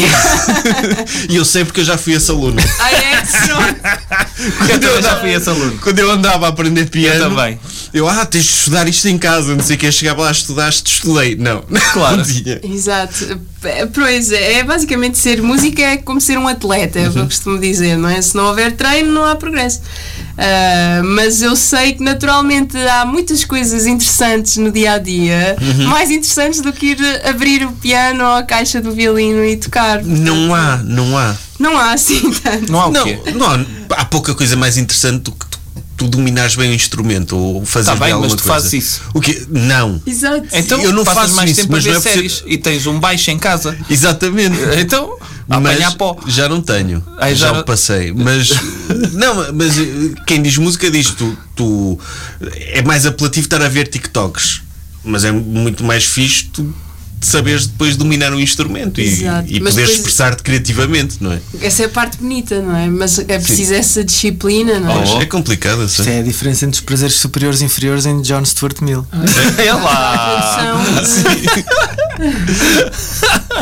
Speaker 3: E eu sei porque eu já fui esse aluno.
Speaker 6: Ai, é, pronto.
Speaker 3: Quando eu, andava,
Speaker 2: fui esse aluno.
Speaker 3: quando eu andava a aprender piano,
Speaker 2: Eu também.
Speaker 3: eu, ah, tens de estudar isto em casa, não sei o que, chegava lá, estudaste, estudei. Não,
Speaker 2: Claro.
Speaker 3: não tinha.
Speaker 6: Exato. É, Pois é, é basicamente ser música é como ser um atleta,
Speaker 2: Uhum.
Speaker 6: é o que eu costumo dizer, não é? Se não houver treino, não há progresso. Ah, mas eu sei que naturalmente há muitas coisas interessantes no dia a dia,
Speaker 2: Uhum.
Speaker 6: mais interessantes do que ir abrir o piano ou a caixa do violino e tocar.
Speaker 3: Não há, não há.
Speaker 6: Não há assim tanto.
Speaker 2: Não há o
Speaker 3: não,
Speaker 2: quê?
Speaker 3: não há, há pouca coisa mais interessante do que tu, tu dominares bem o instrumento ou fazer
Speaker 2: Tá bem,
Speaker 3: bem alguma
Speaker 2: mas tu
Speaker 3: coisa.
Speaker 2: fazes isso.
Speaker 3: O quê? Não.
Speaker 6: Exato.
Speaker 2: Então
Speaker 3: Eu não
Speaker 2: passas
Speaker 3: faço
Speaker 2: mais
Speaker 3: isso,
Speaker 2: tempo a
Speaker 3: mas
Speaker 2: ver
Speaker 3: não é possível-
Speaker 2: séries e tens um baixo em casa.
Speaker 3: Exatamente.
Speaker 2: Então, a apanhar
Speaker 3: Mas
Speaker 2: pó.
Speaker 3: já não tenho,
Speaker 2: Ai, já
Speaker 3: já,
Speaker 2: não-
Speaker 3: o passei. Mas não, mas eh, quem diz música diz tu, tu é mais apelativo estar a ver TikToks, mas é muito mais fixe tu saberes depois dominar um instrumento e,
Speaker 6: Exato.
Speaker 3: e
Speaker 6: Mas
Speaker 3: poderes
Speaker 6: depois-
Speaker 3: expressar-te criativamente, não é?
Speaker 6: Essa é a parte bonita, não é? Mas é preciso essa disciplina, não é?
Speaker 3: Mas é complicado assim.
Speaker 5: Isto é a diferença entre os prazeres superiores e inferiores em John Stuart Mill.
Speaker 2: É lá.
Speaker 6: São-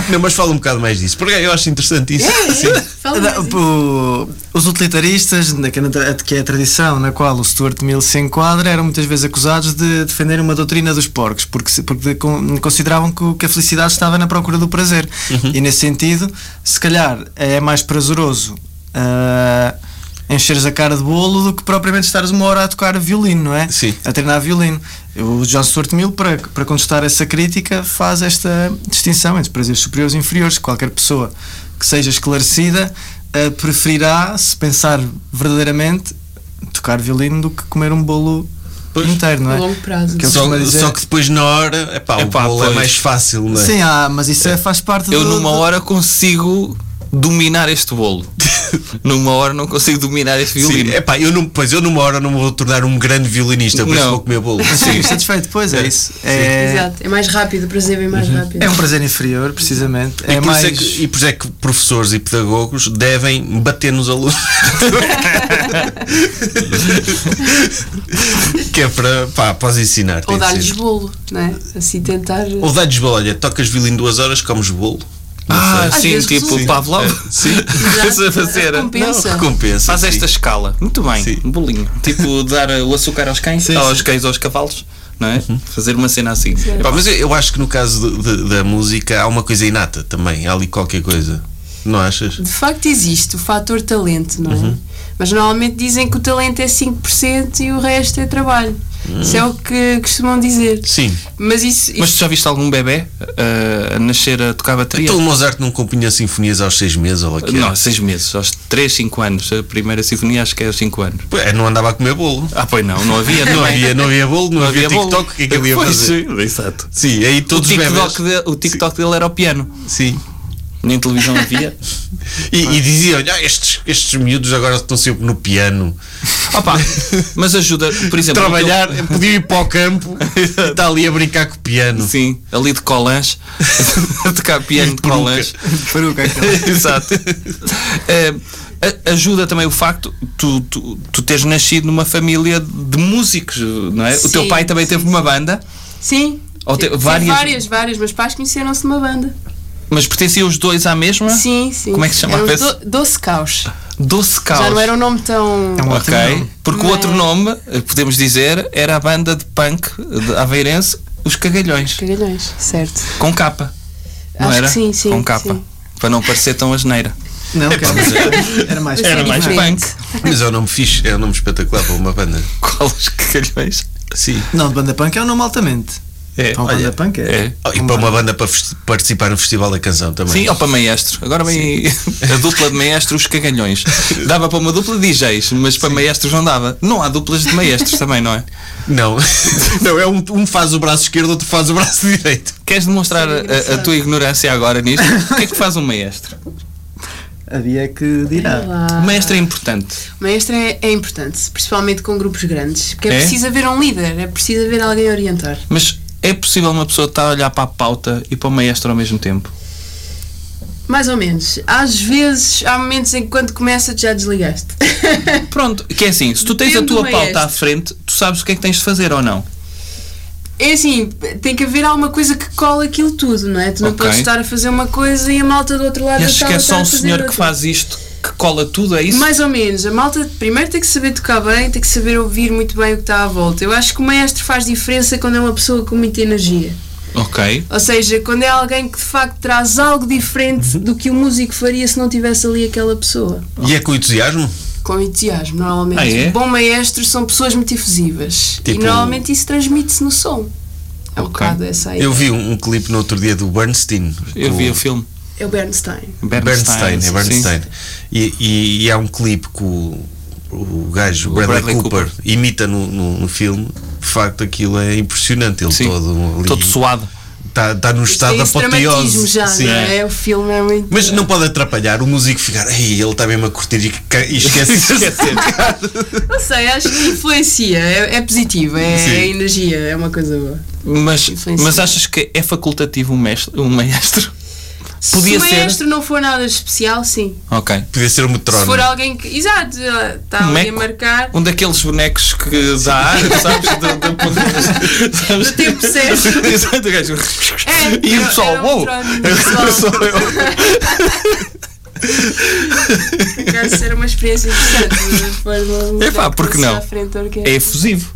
Speaker 3: Não, mas fala um bocado mais disso, porque eu acho interessante
Speaker 6: É,
Speaker 3: isso. Sim.
Speaker 6: Fala
Speaker 5: Da-
Speaker 6: mais isso.
Speaker 5: o- os utilitaristas, na- que é na- que é a tradição na qual o Stuart Mill se enquadra, eram muitas vezes acusados de defenderem uma doutrina dos porcos, porque, se- porque con- consideravam que, o- que a felicidade estava na procura do prazer. E nesse sentido, se calhar é mais prazeroso ah, encheres a cara de bolo do que propriamente estares uma hora a tocar violino, não é?
Speaker 3: Sim.
Speaker 5: A treinar violino. O John Stuart Mill, para, para contestar essa crítica, faz esta distinção entre prazeres superiores e inferiores. Qualquer pessoa que seja esclarecida eh, preferirá, se pensar verdadeiramente, tocar violino do que comer um bolo
Speaker 3: Pois.
Speaker 5: inteiro, não
Speaker 6: A
Speaker 5: é?
Speaker 6: longo prazo.
Speaker 5: Que eu
Speaker 3: Só,
Speaker 5: costumo dizer-
Speaker 3: só que depois na hora epá,
Speaker 2: Epá,
Speaker 3: o bolo é
Speaker 2: pois.
Speaker 3: mais fácil, não é?
Speaker 5: Sim, ah, mas isso é, faz parte
Speaker 2: Eu
Speaker 5: do-
Speaker 2: numa
Speaker 5: do-
Speaker 2: hora consigo dominar este bolo. numa hora não consigo dominar este violino.
Speaker 3: Sim, epá, eu não, pois eu numa hora não me vou tornar um grande violinista, por isso
Speaker 2: Não.
Speaker 3: vou comer bolo.
Speaker 5: Sim, satisfeito, pois é, isso. É,
Speaker 6: Exato. É mais rápido, o prazer vem
Speaker 2: Uhum.
Speaker 6: mais rápido.
Speaker 5: é um prazer inferior, precisamente.
Speaker 3: E,
Speaker 5: É
Speaker 3: por
Speaker 5: mais.
Speaker 3: isso é que, e por isso é que professores e pedagogos devem bater nos alunos. que é para, pá, podes ensinar. tem
Speaker 6: Ou
Speaker 3: de
Speaker 6: dar-lhes
Speaker 3: ser.
Speaker 6: bolo, não é? Assim tentar.
Speaker 3: Ou dar-lhes bolo. Olha, tocas violino duas horas, comes bolo.
Speaker 2: Ah,
Speaker 6: Às
Speaker 2: sim,
Speaker 6: vezes
Speaker 2: tipo
Speaker 6: resulta.
Speaker 2: Pavlov.
Speaker 3: Sim,
Speaker 2: Começa a fazer.
Speaker 6: Recompensa.
Speaker 3: Não, recompensa.
Speaker 2: Faz
Speaker 3: sim.
Speaker 2: esta escala. Muito bem,
Speaker 3: Sim.
Speaker 2: um bolinho. Tipo dar uh, o açúcar aos cães,
Speaker 5: Sim,
Speaker 2: aos
Speaker 5: sim.
Speaker 2: cães aos cavalos, não é? Fazer uma cena assim.
Speaker 3: Pá, mas eu, eu acho que no caso do- de- da música há uma coisa inata também, há ali qualquer coisa. Não achas?
Speaker 6: De facto existe o fator talento, não é?
Speaker 2: Uhum.
Speaker 6: Mas normalmente dizem que o talento é 5% e o resto é trabalho. Isso é o que costumam dizer.
Speaker 3: Sim.
Speaker 6: Mas isso,
Speaker 2: Uhum. Mas
Speaker 6: isso-
Speaker 2: tu já viste algum bebê uh, a nascer a tocar bateria?
Speaker 3: Então o Mozart não compunha sinfonias aos seis meses ou lá que
Speaker 2: é. Não, seis meses, aos 3, 5 anos. A primeira sinfonia acho que é aos 5 anos.
Speaker 3: Pô, é, não andava a comer bolo.
Speaker 2: Ah, pois não, não havia.
Speaker 3: Não
Speaker 2: também.
Speaker 3: havia, não havia bolo, não, havia,
Speaker 2: bolo.
Speaker 3: TikTok, o que é que ele ia
Speaker 2: Pois,
Speaker 3: fazer?
Speaker 2: sim, Exato.
Speaker 3: Sim, aí
Speaker 2: O
Speaker 3: todos os
Speaker 2: TikTok,
Speaker 3: bebés.
Speaker 2: dele, o TikTok dele era o piano.
Speaker 3: Sim.
Speaker 2: Nem televisão havia.
Speaker 3: E, e diziam-lhe, "Ah, estes, estes miúdos agora estão sempre no piano.
Speaker 2: Opa, mas ajuda, por exemplo.
Speaker 3: Trabalhar,
Speaker 2: aquele-
Speaker 3: podiam ir para o campo e está ali a brincar com o piano.
Speaker 2: Sim, ali de colãs. a tocar piano de colãs.
Speaker 5: Peruca aquela.
Speaker 2: Exato. Eh, a- ajuda também o facto tu, tu, tu teres nascido numa família de músicos, não é? o teu
Speaker 6: Sim,
Speaker 2: pai também
Speaker 6: sim,
Speaker 2: teve uma banda,
Speaker 6: sim.
Speaker 2: Ou te-
Speaker 6: Sim,
Speaker 2: várias-
Speaker 6: várias, várias. Meus pais conheceram-se numa banda.
Speaker 2: mas pertenciam os dois à mesma?
Speaker 6: Sim, sim.
Speaker 2: Como é que se chamava
Speaker 6: Eram
Speaker 2: esse?
Speaker 6: do, Doce Caos.
Speaker 2: Doce Caos.
Speaker 6: Já não era um é? nome tão.
Speaker 5: É um
Speaker 2: Ok,
Speaker 5: Ótimo nome.
Speaker 2: porque o
Speaker 6: Mas-
Speaker 2: outro nome, eh, podemos dizer, era a banda de punk de Aveirense, Os Cagalhões,
Speaker 6: Cagalhões, certo.
Speaker 2: com capa. Não
Speaker 6: Acho
Speaker 2: era?
Speaker 6: que sim, sim.
Speaker 2: Com capa.
Speaker 6: sim.
Speaker 2: Para não parecer tão asneira.
Speaker 5: Não, cara, era mais.
Speaker 6: Era mais
Speaker 2: punk.
Speaker 3: Mas é um nome fixe, é um nome espetacular para uma banda.
Speaker 2: Qual os cagalhões?
Speaker 3: Sim.
Speaker 5: Não, de banda punk é um nome altamente.
Speaker 2: É,
Speaker 5: Então,
Speaker 2: olha,
Speaker 5: banda punk é.
Speaker 2: é.
Speaker 3: Oh, e para uma banda para fes- participar no Festival da Canção também.
Speaker 2: Sim, ou para maestro. Agora vem a dupla de maestros, os cagalhões. Dava para uma dupla de DJs, mas para maestros não dava. Não há duplas de maestros também, não é?
Speaker 3: Não, não é um, um faz o braço esquerdo, outro faz o braço direito.
Speaker 2: Queres demonstrar a- a, tua ignorância agora nisto? O que é que faz um maestro?
Speaker 5: Havia que dirá.
Speaker 6: Ah.
Speaker 2: O maestro é importante.
Speaker 6: O maestro é, é importante, principalmente com grupos grandes, porque é,
Speaker 2: É?
Speaker 6: preciso haver um líder, é preciso haver alguém a orientar.
Speaker 2: Mas é possível uma pessoa estar a olhar para a pauta e para o maestro ao mesmo tempo?
Speaker 6: Mais ou menos. Às vezes, há momentos em que quando começa tu já desligaste.
Speaker 2: Pronto, que é assim, se tu tens a
Speaker 6: Depende um do
Speaker 2: tua pauta
Speaker 6: maestro.
Speaker 2: à frente, tu sabes o que é que tens de fazer ou não.
Speaker 6: É assim, tem que haver alguma coisa que cola aquilo tudo, não é? Tu não
Speaker 2: Ok.
Speaker 6: podes estar a fazer uma coisa e a malta do outro lado
Speaker 2: E
Speaker 6: da
Speaker 2: achas que
Speaker 6: sala
Speaker 2: é
Speaker 6: estar
Speaker 2: só
Speaker 6: a
Speaker 2: um
Speaker 6: fazer
Speaker 2: senhor que
Speaker 6: outra.
Speaker 2: faz isto, que cola tudo, é isso?
Speaker 6: Mais ou menos. A malta primeiro tem que saber tocar bem, tem que saber ouvir muito bem o que está à volta. Eu acho que o maestro faz diferença quando é uma pessoa com muita energia.
Speaker 2: Ok.
Speaker 6: Ou seja, quando é alguém que de facto traz algo diferente do que o músico faria se não tivesse ali aquela pessoa.
Speaker 3: E é com entusiasmo?
Speaker 6: Com entusiasmo, normalmente.
Speaker 2: Ah, é?
Speaker 6: Bom maestro são pessoas muito efusivas.
Speaker 3: Tipo-
Speaker 6: E normalmente isso transmite-se no som. É um
Speaker 2: Ok.
Speaker 6: bocado essa aí.
Speaker 3: Eu vi um, um clipe no outro dia do Bernstein.
Speaker 2: Eu
Speaker 3: com-
Speaker 2: vi o filme.
Speaker 6: É o Bernstein.
Speaker 3: Bernstein, é
Speaker 2: sim.
Speaker 3: Bernstein. E, e, e há um clipe que o, o gajo, o Bradley,
Speaker 2: Bradley
Speaker 3: Cooper,
Speaker 2: Cooper.
Speaker 3: imita no, no, no filme. De facto, aquilo é impressionante. Ele
Speaker 2: Sim.
Speaker 3: todo um ali.
Speaker 2: Todo suado.
Speaker 3: Está tá num
Speaker 6: Isto é
Speaker 3: estado
Speaker 6: esse dramatismo
Speaker 3: apoteoso.
Speaker 6: já,
Speaker 3: Sim.
Speaker 6: não é? O filme é muito.
Speaker 3: Mas não pode atrapalhar o músico ficar. Ei, ele está mesmo a curtir e ca- e esquece.
Speaker 6: Não sei, acho que influencia. É, é positivo, é,
Speaker 3: Sim.
Speaker 6: é energia, é uma coisa boa.
Speaker 2: Mas,
Speaker 6: Influencia.
Speaker 2: mas achas que é facultativo um, mestre, um maestro? Podia
Speaker 6: Se o
Speaker 2: ser.
Speaker 6: maestro não for nada especial, sim.
Speaker 2: Ok.
Speaker 3: Podia ser um
Speaker 6: Se for
Speaker 3: metrónomo.
Speaker 6: alguém que. Exato, está
Speaker 3: é
Speaker 2: Um
Speaker 6: ali a
Speaker 2: eco.
Speaker 6: marcar.
Speaker 2: Um daqueles bonecos que dá ar, sabes? Do, do, sabes?
Speaker 6: Do tempo certo.
Speaker 2: Exato, o gajo.
Speaker 6: É,
Speaker 2: E
Speaker 6: era-
Speaker 2: o pessoal,
Speaker 6: era um
Speaker 2: uou!
Speaker 6: metrónomo, pessoal. Por acaso era uma experiência interessante. pôr uma-
Speaker 2: Epá,
Speaker 6: uma
Speaker 2: porque
Speaker 6: coisa
Speaker 2: não?
Speaker 6: à frente da orquestra.
Speaker 2: É efusivo.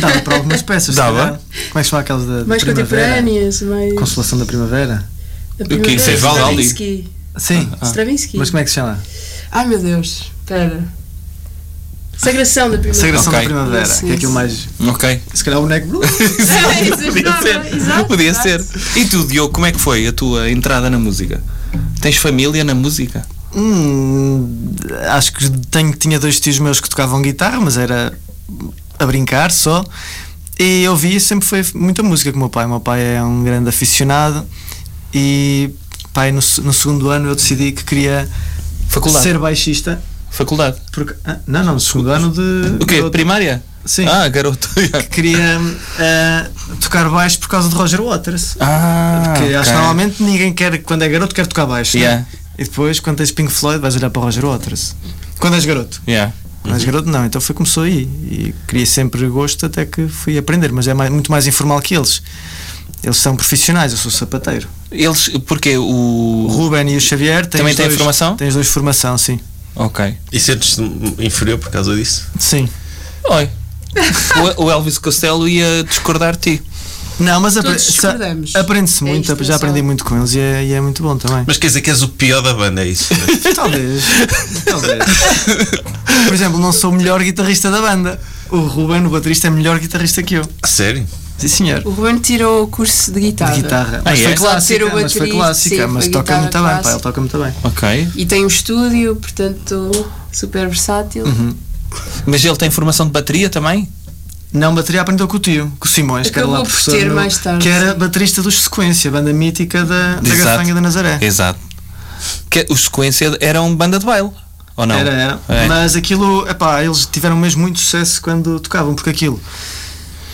Speaker 5: Dava para algumas peças. se
Speaker 2: Dava.
Speaker 5: calhar. Como é que se chama aquelas da, da
Speaker 6: mais
Speaker 5: primavera?
Speaker 6: contemporâneas, mais.
Speaker 5: Consolação da primavera?
Speaker 6: da
Speaker 2: que
Speaker 6: primavera,
Speaker 2: isso é Vivaldi?
Speaker 6: Stravinsky.
Speaker 5: Sim.
Speaker 2: Ah.
Speaker 6: Stravinsky.
Speaker 5: Mas como é que se chama?
Speaker 6: Ai meu Deus, espera. Sagração da primavera.
Speaker 5: Sagração
Speaker 2: Ok.
Speaker 5: da primavera.
Speaker 6: Sim,
Speaker 5: Que é aquilo
Speaker 6: sim.
Speaker 5: mais.
Speaker 2: Ok.
Speaker 5: Se calhar o boneco.
Speaker 6: É, isso ajudava, exato,
Speaker 2: Podia
Speaker 6: exato.
Speaker 2: ser. E tu, Diogo, como é que foi a tua entrada na música? Tens família na música?
Speaker 5: Hum, acho que tenho, tinha dois tios meus que tocavam guitarra, mas era a brincar só. E eu vi sempre foi muita música com o meu pai. O meu pai é um grande aficionado e pai no, se- no segundo ano eu decidi que queria
Speaker 2: Faculdade.
Speaker 5: ser baixista.
Speaker 2: Faculdade.
Speaker 5: Porque, ah, não, não, no segundo ano de.
Speaker 2: O quê?
Speaker 5: de outro-
Speaker 2: Primária?
Speaker 5: Sim.
Speaker 2: Ah, garoto.
Speaker 5: Queria ah, tocar baixo por causa de Roger Waters.
Speaker 2: Ah,
Speaker 5: Porque acho
Speaker 2: ok.
Speaker 5: que normalmente ninguém quer, quando é garoto, quer tocar baixo. não é?
Speaker 2: Yeah.
Speaker 5: E depois, quando tens Pink Floyd, vais olhar para Roger Waters. Quando és garoto.
Speaker 2: Yeah.
Speaker 5: Quando
Speaker 2: Uhum.
Speaker 5: és garoto, não. Então foi, começou aí. E queria sempre gosto até que fui aprender, mas é mais- muito mais informal que eles. Eles são profissionais, eu sou sapateiro.
Speaker 2: Eles, porque
Speaker 5: O
Speaker 2: o.
Speaker 5: Ruben e o Xavier têm
Speaker 2: Também
Speaker 5: os
Speaker 2: têm
Speaker 5: dois,
Speaker 2: formação?
Speaker 5: Têm os dois formação, sim.
Speaker 2: Ok.
Speaker 3: E sentes-te inferior por causa disso?
Speaker 5: Sim.
Speaker 2: Oi. O- o Elvis Costello ia discordar de ti.
Speaker 5: Não, mas apre-
Speaker 6: Todos
Speaker 5: sa-
Speaker 6: discordamos.
Speaker 5: aprende-se
Speaker 6: É
Speaker 5: muito,
Speaker 6: isto,
Speaker 5: já
Speaker 6: não
Speaker 5: aprendi
Speaker 6: só-
Speaker 5: muito com eles e é, e é muito bom também.
Speaker 3: Mas quer dizer que és o pior da banda, é isso?
Speaker 5: Talvez. Talvez. Por exemplo, não sou o melhor guitarrista da banda. O Ruben, o baterista, é melhor guitarrista que eu.
Speaker 3: A sério?
Speaker 5: Sim, senhor.
Speaker 6: O Ruben tirou o curso de guitarra.
Speaker 5: De guitarra.
Speaker 2: Ah,
Speaker 5: Mas
Speaker 2: é?
Speaker 5: foi
Speaker 2: Apesar de
Speaker 6: ser
Speaker 5: clássica,
Speaker 6: o
Speaker 5: mas foi
Speaker 6: baterista,
Speaker 5: clássica,
Speaker 6: sim,
Speaker 5: mas
Speaker 6: foi
Speaker 5: toca muito
Speaker 6: guitarra
Speaker 5: bem, pá, ele
Speaker 6: clássica.
Speaker 5: toca muito bem.
Speaker 2: Ok.
Speaker 6: E tem um estúdio, portanto, super versátil.
Speaker 5: Uhum.
Speaker 2: Mas ele tem formação de bateria também?
Speaker 5: Não, bateria aprendeu com o tio, com o Simões, que era lá
Speaker 6: Acabou por
Speaker 5: professor
Speaker 6: ter
Speaker 5: no-
Speaker 6: mais tarde,
Speaker 5: que era
Speaker 6: sim.
Speaker 5: baterista dos Sequência, banda mítica da, da
Speaker 2: Exato.
Speaker 5: Gafanha da Nazaré.
Speaker 2: Exato. Que, os sequência eram banda de baile, ou não?
Speaker 5: Era, era.
Speaker 2: É.
Speaker 5: Mas aquilo, epá, eles tiveram mesmo muito sucesso quando tocavam, porque aquilo,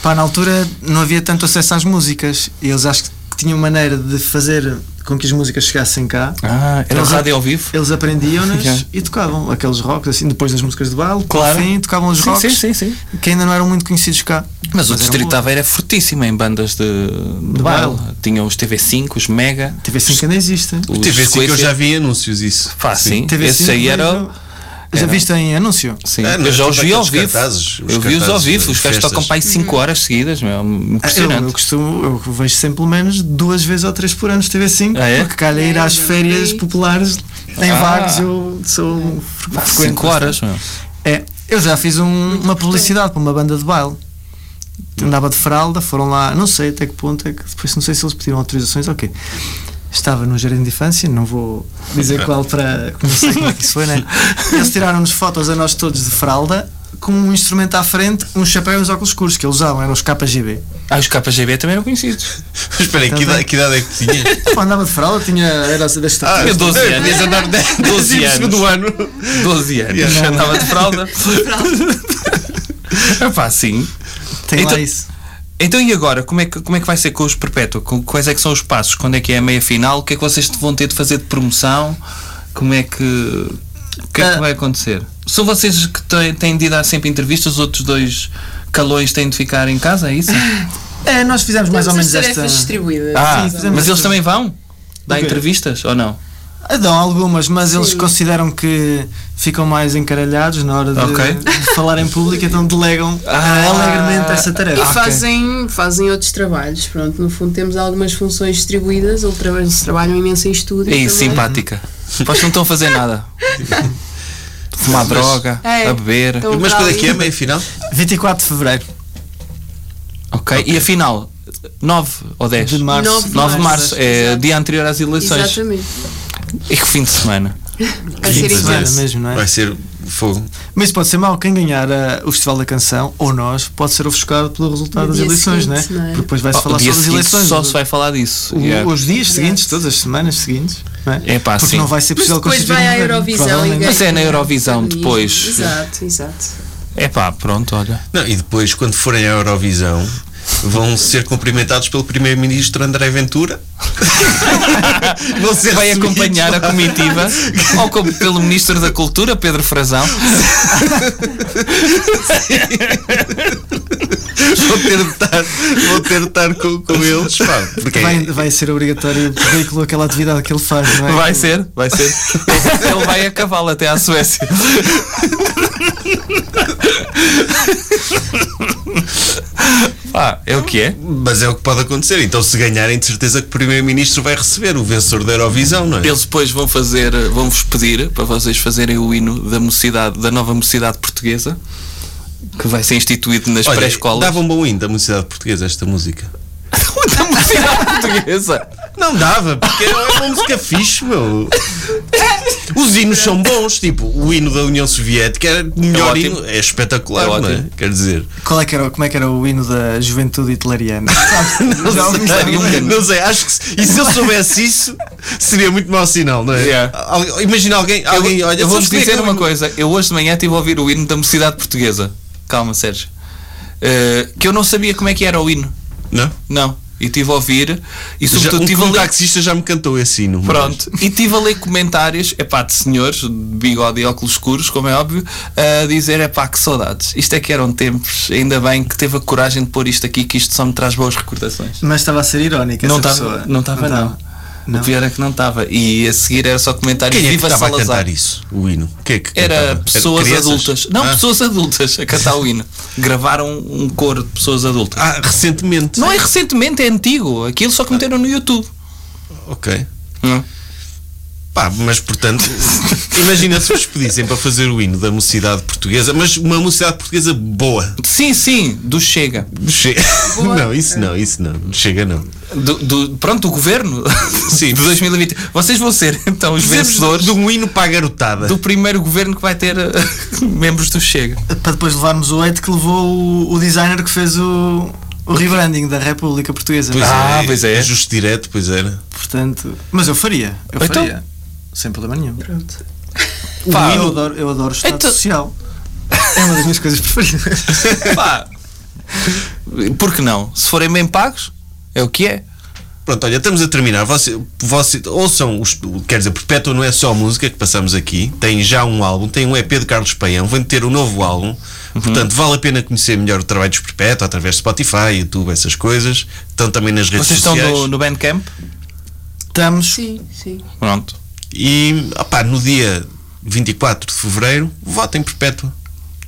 Speaker 5: pá, na altura não havia tanto acesso às músicas. E eles acho que tinham maneira de fazer com que as músicas chegassem cá.
Speaker 2: Ah, era
Speaker 5: Eles-
Speaker 2: rádio ao vivo?
Speaker 5: Eles aprendiam-nas
Speaker 2: Yeah.
Speaker 5: e tocavam aqueles rocks, assim, depois das músicas de baile,
Speaker 2: Claro.
Speaker 5: enfim, tocavam os
Speaker 2: Sim,
Speaker 5: rocks
Speaker 2: sim, sim, sim.
Speaker 5: que ainda não eram muito conhecidos cá.
Speaker 2: Mas, o
Speaker 5: eram
Speaker 2: Distrito
Speaker 5: boas.
Speaker 2: de Aveiro é fortíssimo em bandas de, de
Speaker 5: De
Speaker 2: baile.
Speaker 5: baile.
Speaker 2: Tinham os TV5, os Mega.
Speaker 5: TV5 ainda existe.
Speaker 2: os
Speaker 3: Teve assim que eu
Speaker 2: Sequência.
Speaker 3: já vi anúncios isso.
Speaker 2: Pá, sim.
Speaker 5: TV5
Speaker 2: Esse aí era. o-
Speaker 5: mesmo. Já
Speaker 2: era-
Speaker 5: viste em anúncio?
Speaker 2: Sim,
Speaker 3: Ah, não,
Speaker 2: eu já os
Speaker 3: todos
Speaker 2: vi ao
Speaker 3: aqueles
Speaker 2: vivo.
Speaker 3: cartazes, os
Speaker 2: eu vi-os ao
Speaker 3: cartazes
Speaker 2: vivo. Os
Speaker 3: de
Speaker 2: gajos
Speaker 3: festas.
Speaker 2: tocam para aí 5 horas seguidas, meu.
Speaker 5: Uhum. Ah, Eu,
Speaker 2: Impressionante.
Speaker 5: eu costumo, eu vejo sempre pelo menos duas vezes ou três por ano TV5,
Speaker 2: Ah, é?
Speaker 5: porque calha ir
Speaker 6: É,
Speaker 5: às
Speaker 6: já
Speaker 5: férias
Speaker 6: fui.
Speaker 5: populares em
Speaker 2: Ah.
Speaker 5: vagos, eu sou fre- frequente.
Speaker 2: 5 horas, meu.
Speaker 5: É, eu já fiz um- uma publicidade para uma banda de baile. Andava de fralda, foram lá, não sei até que ponto é que depois não sei se eles pediram autorizações ou quê. Estava no jardim de infância, não vou dizer qual para. Não sei como é que isso foi, né? Eles tiraram-nos fotos a nós todos de fralda, com um instrumento à frente, um chapéu e uns óculos escuros que eles usavam, eram os KGB.
Speaker 2: Ah, os KGB também eram conhecidos.
Speaker 3: Mas espera aí, que
Speaker 5: Também.
Speaker 3: idade, que idade é que tinha?
Speaker 5: Pô, Tipo, andava de fralda, tinha. Era desta.
Speaker 3: Ah,
Speaker 2: Tinha 12 anos.
Speaker 3: Devias andar
Speaker 2: 12
Speaker 3: décimo
Speaker 2: anos.
Speaker 3: segundo ano.
Speaker 2: 12 anos.
Speaker 3: Yeah.
Speaker 2: Já andava de fralda. Epá, sim.
Speaker 5: tem
Speaker 2: então-
Speaker 5: lá isso.
Speaker 2: Então e agora? Como é, que, como é que vai ser com os Perpétua? Com- Quais é que são os passos? Quando é que é a meia-final? O que é que vocês vão ter de fazer de promoção? Como é que... O que é que
Speaker 5: Ah.
Speaker 2: vai acontecer? São vocês que têm, têm de ir dar sempre entrevistas, os outros dois calões têm de ficar em casa, é isso?
Speaker 5: É, nós fizemos mais ou
Speaker 6: Temos
Speaker 5: menos
Speaker 6: as tarefas
Speaker 5: esta.
Speaker 6: distribuídas.
Speaker 2: Ah,
Speaker 5: Sim, fizemos
Speaker 2: mas eles
Speaker 5: isso.
Speaker 2: também vão? Dar
Speaker 5: O quê?
Speaker 2: entrevistas ou não?
Speaker 5: Ah, Dão algumas, mas eles
Speaker 6: Sim.
Speaker 5: consideram que ficam mais encaralhados na hora de,
Speaker 2: Ok.
Speaker 5: de falar em público, então delegam
Speaker 2: Ah.
Speaker 5: alegremente essa
Speaker 6: E
Speaker 5: tarefa.
Speaker 6: fazem, fazem outros trabalhos. Pronto, no fundo temos algumas funções distribuídas, eles trabalham, eles trabalham imenso em estúdio.
Speaker 2: É
Speaker 6: também.
Speaker 2: simpática. Vocês não estão a fazer nada. Fumar
Speaker 3: Mas-
Speaker 2: droga,
Speaker 6: É,
Speaker 2: a beber.
Speaker 6: então-
Speaker 3: Mas
Speaker 6: para
Speaker 3: quando é
Speaker 6: ali.
Speaker 3: que é, meio final?
Speaker 5: 24 de fevereiro
Speaker 2: Ok, e afinal, 9 ou 10?
Speaker 5: de março.
Speaker 6: Nove de
Speaker 2: 9 de março,
Speaker 6: março,
Speaker 2: é
Speaker 6: exato.
Speaker 2: dia anterior às eleições.
Speaker 6: Exatamente.
Speaker 2: E que fim de semana.
Speaker 6: Vai ser
Speaker 5: de
Speaker 6: incrível.
Speaker 5: semana mesmo, não é?
Speaker 3: Vai ser fogo.
Speaker 5: Mas isso pode ser mau. Quem ganhar ah, o Festival da Canção, ou nós, pode ser ofuscado pelo resultado
Speaker 6: No
Speaker 5: das
Speaker 6: dia
Speaker 5: eleições, não é?
Speaker 6: seguinte, não é?
Speaker 5: Porque depois vai-se
Speaker 2: Oh,
Speaker 5: falar
Speaker 2: o dia
Speaker 5: só das
Speaker 2: seguinte
Speaker 5: eleições.
Speaker 2: só se vai falar disso.
Speaker 5: O-
Speaker 2: Yeah.
Speaker 5: Os dias
Speaker 6: Yeah.
Speaker 5: seguintes, todas as semanas seguintes, não é?
Speaker 2: É pá,
Speaker 5: Porque
Speaker 2: sim.
Speaker 5: não vai ser
Speaker 6: Mas
Speaker 5: possível
Speaker 6: depois
Speaker 5: constituir
Speaker 6: vai
Speaker 5: um
Speaker 6: à
Speaker 5: governo,
Speaker 6: Eurovisão e
Speaker 5: provavelmente.
Speaker 6: ganha.
Speaker 2: Mas é na Eurovisão
Speaker 6: Protagonismo.
Speaker 2: depois.
Speaker 6: Exato, exato.
Speaker 2: É pá, pronto, olha.
Speaker 3: Não, e depois, quando forem à Eurovisão, vão ser cumprimentados pelo Primeiro-Ministro André Ventura. vão ser
Speaker 2: Vai
Speaker 3: recebidos
Speaker 2: acompanhar a
Speaker 3: lá.
Speaker 2: comitiva, ou como pelo Ministro da Cultura, Pedro Frazão.
Speaker 3: Vão ter de estar, vão ter de estar com, com eles, pá. Porque é-
Speaker 5: Vai, vai ser obrigatório o currículo aquela atividade que ele faz, não é?
Speaker 2: Vai ser, vai ser. Ele vai a cavalo até à Suécia. Pá, é o que é.
Speaker 3: Mas é o que pode acontecer. Então, se ganharem, de certeza que o Primeiro-Ministro vai receber o vencedor da Eurovisão, não é?
Speaker 2: Eles depois vão fazer, vão vos pedir para vocês fazerem o hino da mocidade, da nova mocidade portuguesa, que vai ser instituído nas
Speaker 3: Olha,
Speaker 2: pré-escolas.
Speaker 3: Dava um bom hino da Universidade Portuguesa esta música.
Speaker 2: da mocidade portuguesa.
Speaker 3: Não dava, porque é uma música fixe, meu. Os hinos são bons, tipo, o hino da União Soviética era o melhor
Speaker 2: ótimo.
Speaker 3: hino, é espetacular,
Speaker 2: É
Speaker 3: não é?
Speaker 2: ótimo.
Speaker 3: Quer dizer,
Speaker 5: Qual é que era, como é que era o hino da juventude hitleriana? Sabes? Já ouviste
Speaker 3: sei,
Speaker 5: algum?
Speaker 3: não sei, acho que se, e se eu soubesse isso, seria muito mau sinal, não é?
Speaker 2: Yeah.
Speaker 3: Al- Imagina alguém, alguém olha,
Speaker 2: eu
Speaker 3: sabes
Speaker 2: vou-vos
Speaker 3: como é que
Speaker 2: dizer
Speaker 3: é o
Speaker 2: uma
Speaker 3: hino?
Speaker 2: coisa. Eu hoje de manhã estive a ouvir o hino da mocidade portuguesa. Calma, Sérgio. Eh, que eu não sabia como é que era o hino.
Speaker 3: Não?
Speaker 2: Não. E tive a ouvir e
Speaker 3: Já,
Speaker 2: sobretudo
Speaker 3: um,
Speaker 2: tive a
Speaker 3: um
Speaker 2: ler.
Speaker 3: taxista já me cantou esse hino. uma
Speaker 2: Pronto, e tive a ler comentários, epá, de senhores, de bigode e óculos escuros, como é óbvio, a dizer, epá, que saudades. Isto é que eram tempos, ainda bem que teve a coragem de pôr isto aqui, que isto só me traz boas recordações.
Speaker 5: Mas estava a ser irónica
Speaker 2: Não
Speaker 5: essa
Speaker 2: estava-
Speaker 5: pessoa.
Speaker 2: não estava, não.
Speaker 5: estava. Não.
Speaker 2: O pior é que não estava. E a seguir era só
Speaker 3: vez.
Speaker 2: comentários
Speaker 3: Quem é que
Speaker 2: viva
Speaker 3: estava a
Speaker 2: Salazar.
Speaker 3: cantar isso? O hino? Quem é que cantava?
Speaker 2: Era
Speaker 3: Era
Speaker 2: pessoas
Speaker 3: crianças?
Speaker 2: adultas. Não,
Speaker 3: ah,
Speaker 2: pessoas adultas a cantar o hino. Gravaram um coro de pessoas adultas.
Speaker 3: Ah, recentemente.
Speaker 2: Não é recentemente, é antigo. Aquilo só que meteram no YouTube.
Speaker 3: Ok.
Speaker 2: Hum.
Speaker 3: Pá, mas portanto, imagina se vos pedissem para fazer o hino da mocidade portuguesa, mas uma mocidade portuguesa boa.
Speaker 2: Sim, sim, do Chega.
Speaker 3: Che- Não, isso não, isso não. Chega não.
Speaker 2: Do, do- pronto, do governo
Speaker 3: Sim.
Speaker 2: de 2020. Vocês vão ser então os vencedores
Speaker 3: de
Speaker 2: do,
Speaker 3: um hino para a garotada.
Speaker 2: primeiro governo que vai ter eh, membros do Chega.
Speaker 5: Para depois levarmos o hate que levou o, o designer que fez o, o rebranding da República Portuguesa.
Speaker 3: Pois
Speaker 2: Ah,
Speaker 3: é,
Speaker 2: pois é.
Speaker 3: Ajuste direto, pois é. era.
Speaker 5: Portanto, mas eu faria. Eu
Speaker 2: Então-
Speaker 5: faria. Sem problema nenhum.
Speaker 6: Pronto.
Speaker 2: Pá,
Speaker 5: eu,
Speaker 2: eu-
Speaker 5: adoro, eu adoro o Estado
Speaker 2: Então-
Speaker 5: Social. É uma das minhas coisas preferidas.
Speaker 2: Pá, por que não? Se forem bem pagos, é o que é.
Speaker 3: Pronto, olha, estamos a terminar. Você, você, ouçam, os, quer dizer, Perpétua não é só a música que passamos aqui. Tem já um álbum, tem um EP de Carlos Paião, vem ter um novo álbum.
Speaker 2: Uhum.
Speaker 3: Portanto, vale a pena conhecer melhor o trabalho dos Perpétua através de Spotify, YouTube, essas coisas. Estão também nas redes
Speaker 2: Vocês estão
Speaker 3: sociais.
Speaker 2: no, no Bandcamp?
Speaker 5: Estamos.
Speaker 6: Sim, sim.
Speaker 2: Pronto.
Speaker 3: E, opá, no dia 24 de fevereiro, votem Perpétua.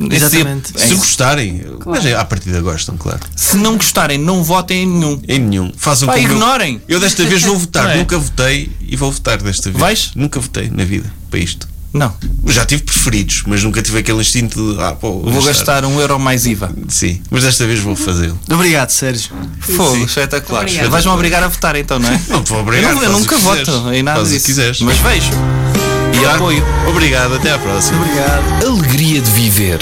Speaker 2: Esse dia-
Speaker 5: Exatamente.
Speaker 2: É
Speaker 3: Se
Speaker 2: isso.
Speaker 3: gostarem, mas é à partida gostam, claro.
Speaker 2: Se não gostarem, não votem em nenhum.
Speaker 3: Em nenhum. Façam
Speaker 2: Pá,
Speaker 3: como eu-
Speaker 2: ignorem.
Speaker 3: Eu, desta vez vou
Speaker 2: Não
Speaker 3: votar.
Speaker 2: é?
Speaker 3: Nunca votei e vou votar desta vez.
Speaker 2: Vais?
Speaker 3: Nunca votei na vida para isto.
Speaker 2: Não.
Speaker 3: Já tive preferidos, mas nunca tive aquele instinto de. Ah, pô,
Speaker 2: Vou gastar um euro mais IVA.
Speaker 3: Sim, mas desta vez vou fazê-lo.
Speaker 5: Obrigado, Sérgio.
Speaker 2: Fogo, espetacular.
Speaker 6: Obrigada.
Speaker 2: Vais-me obrigar a votar então, não é?
Speaker 3: Não te vou
Speaker 2: eu
Speaker 3: obrigar.
Speaker 2: não-
Speaker 3: faz
Speaker 2: eu
Speaker 3: o
Speaker 2: nunca
Speaker 3: que
Speaker 2: voto
Speaker 3: quiseres.
Speaker 2: em nada
Speaker 3: Faz o que
Speaker 2: disso.
Speaker 3: quiseres.
Speaker 2: Mas vejo. E
Speaker 3: Tá?
Speaker 2: apoio.
Speaker 3: Obrigado, até à próxima.
Speaker 1: Alegria de viver.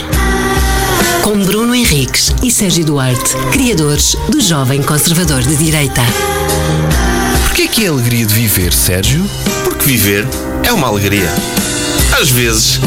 Speaker 4: Com Bruno Henriques e Sérgio Duarte, criadores do Jovem Conservador de Direita.
Speaker 1: Porquê que é alegria de viver, Sérgio?
Speaker 3: Porque viver é uma alegria. Às vezes.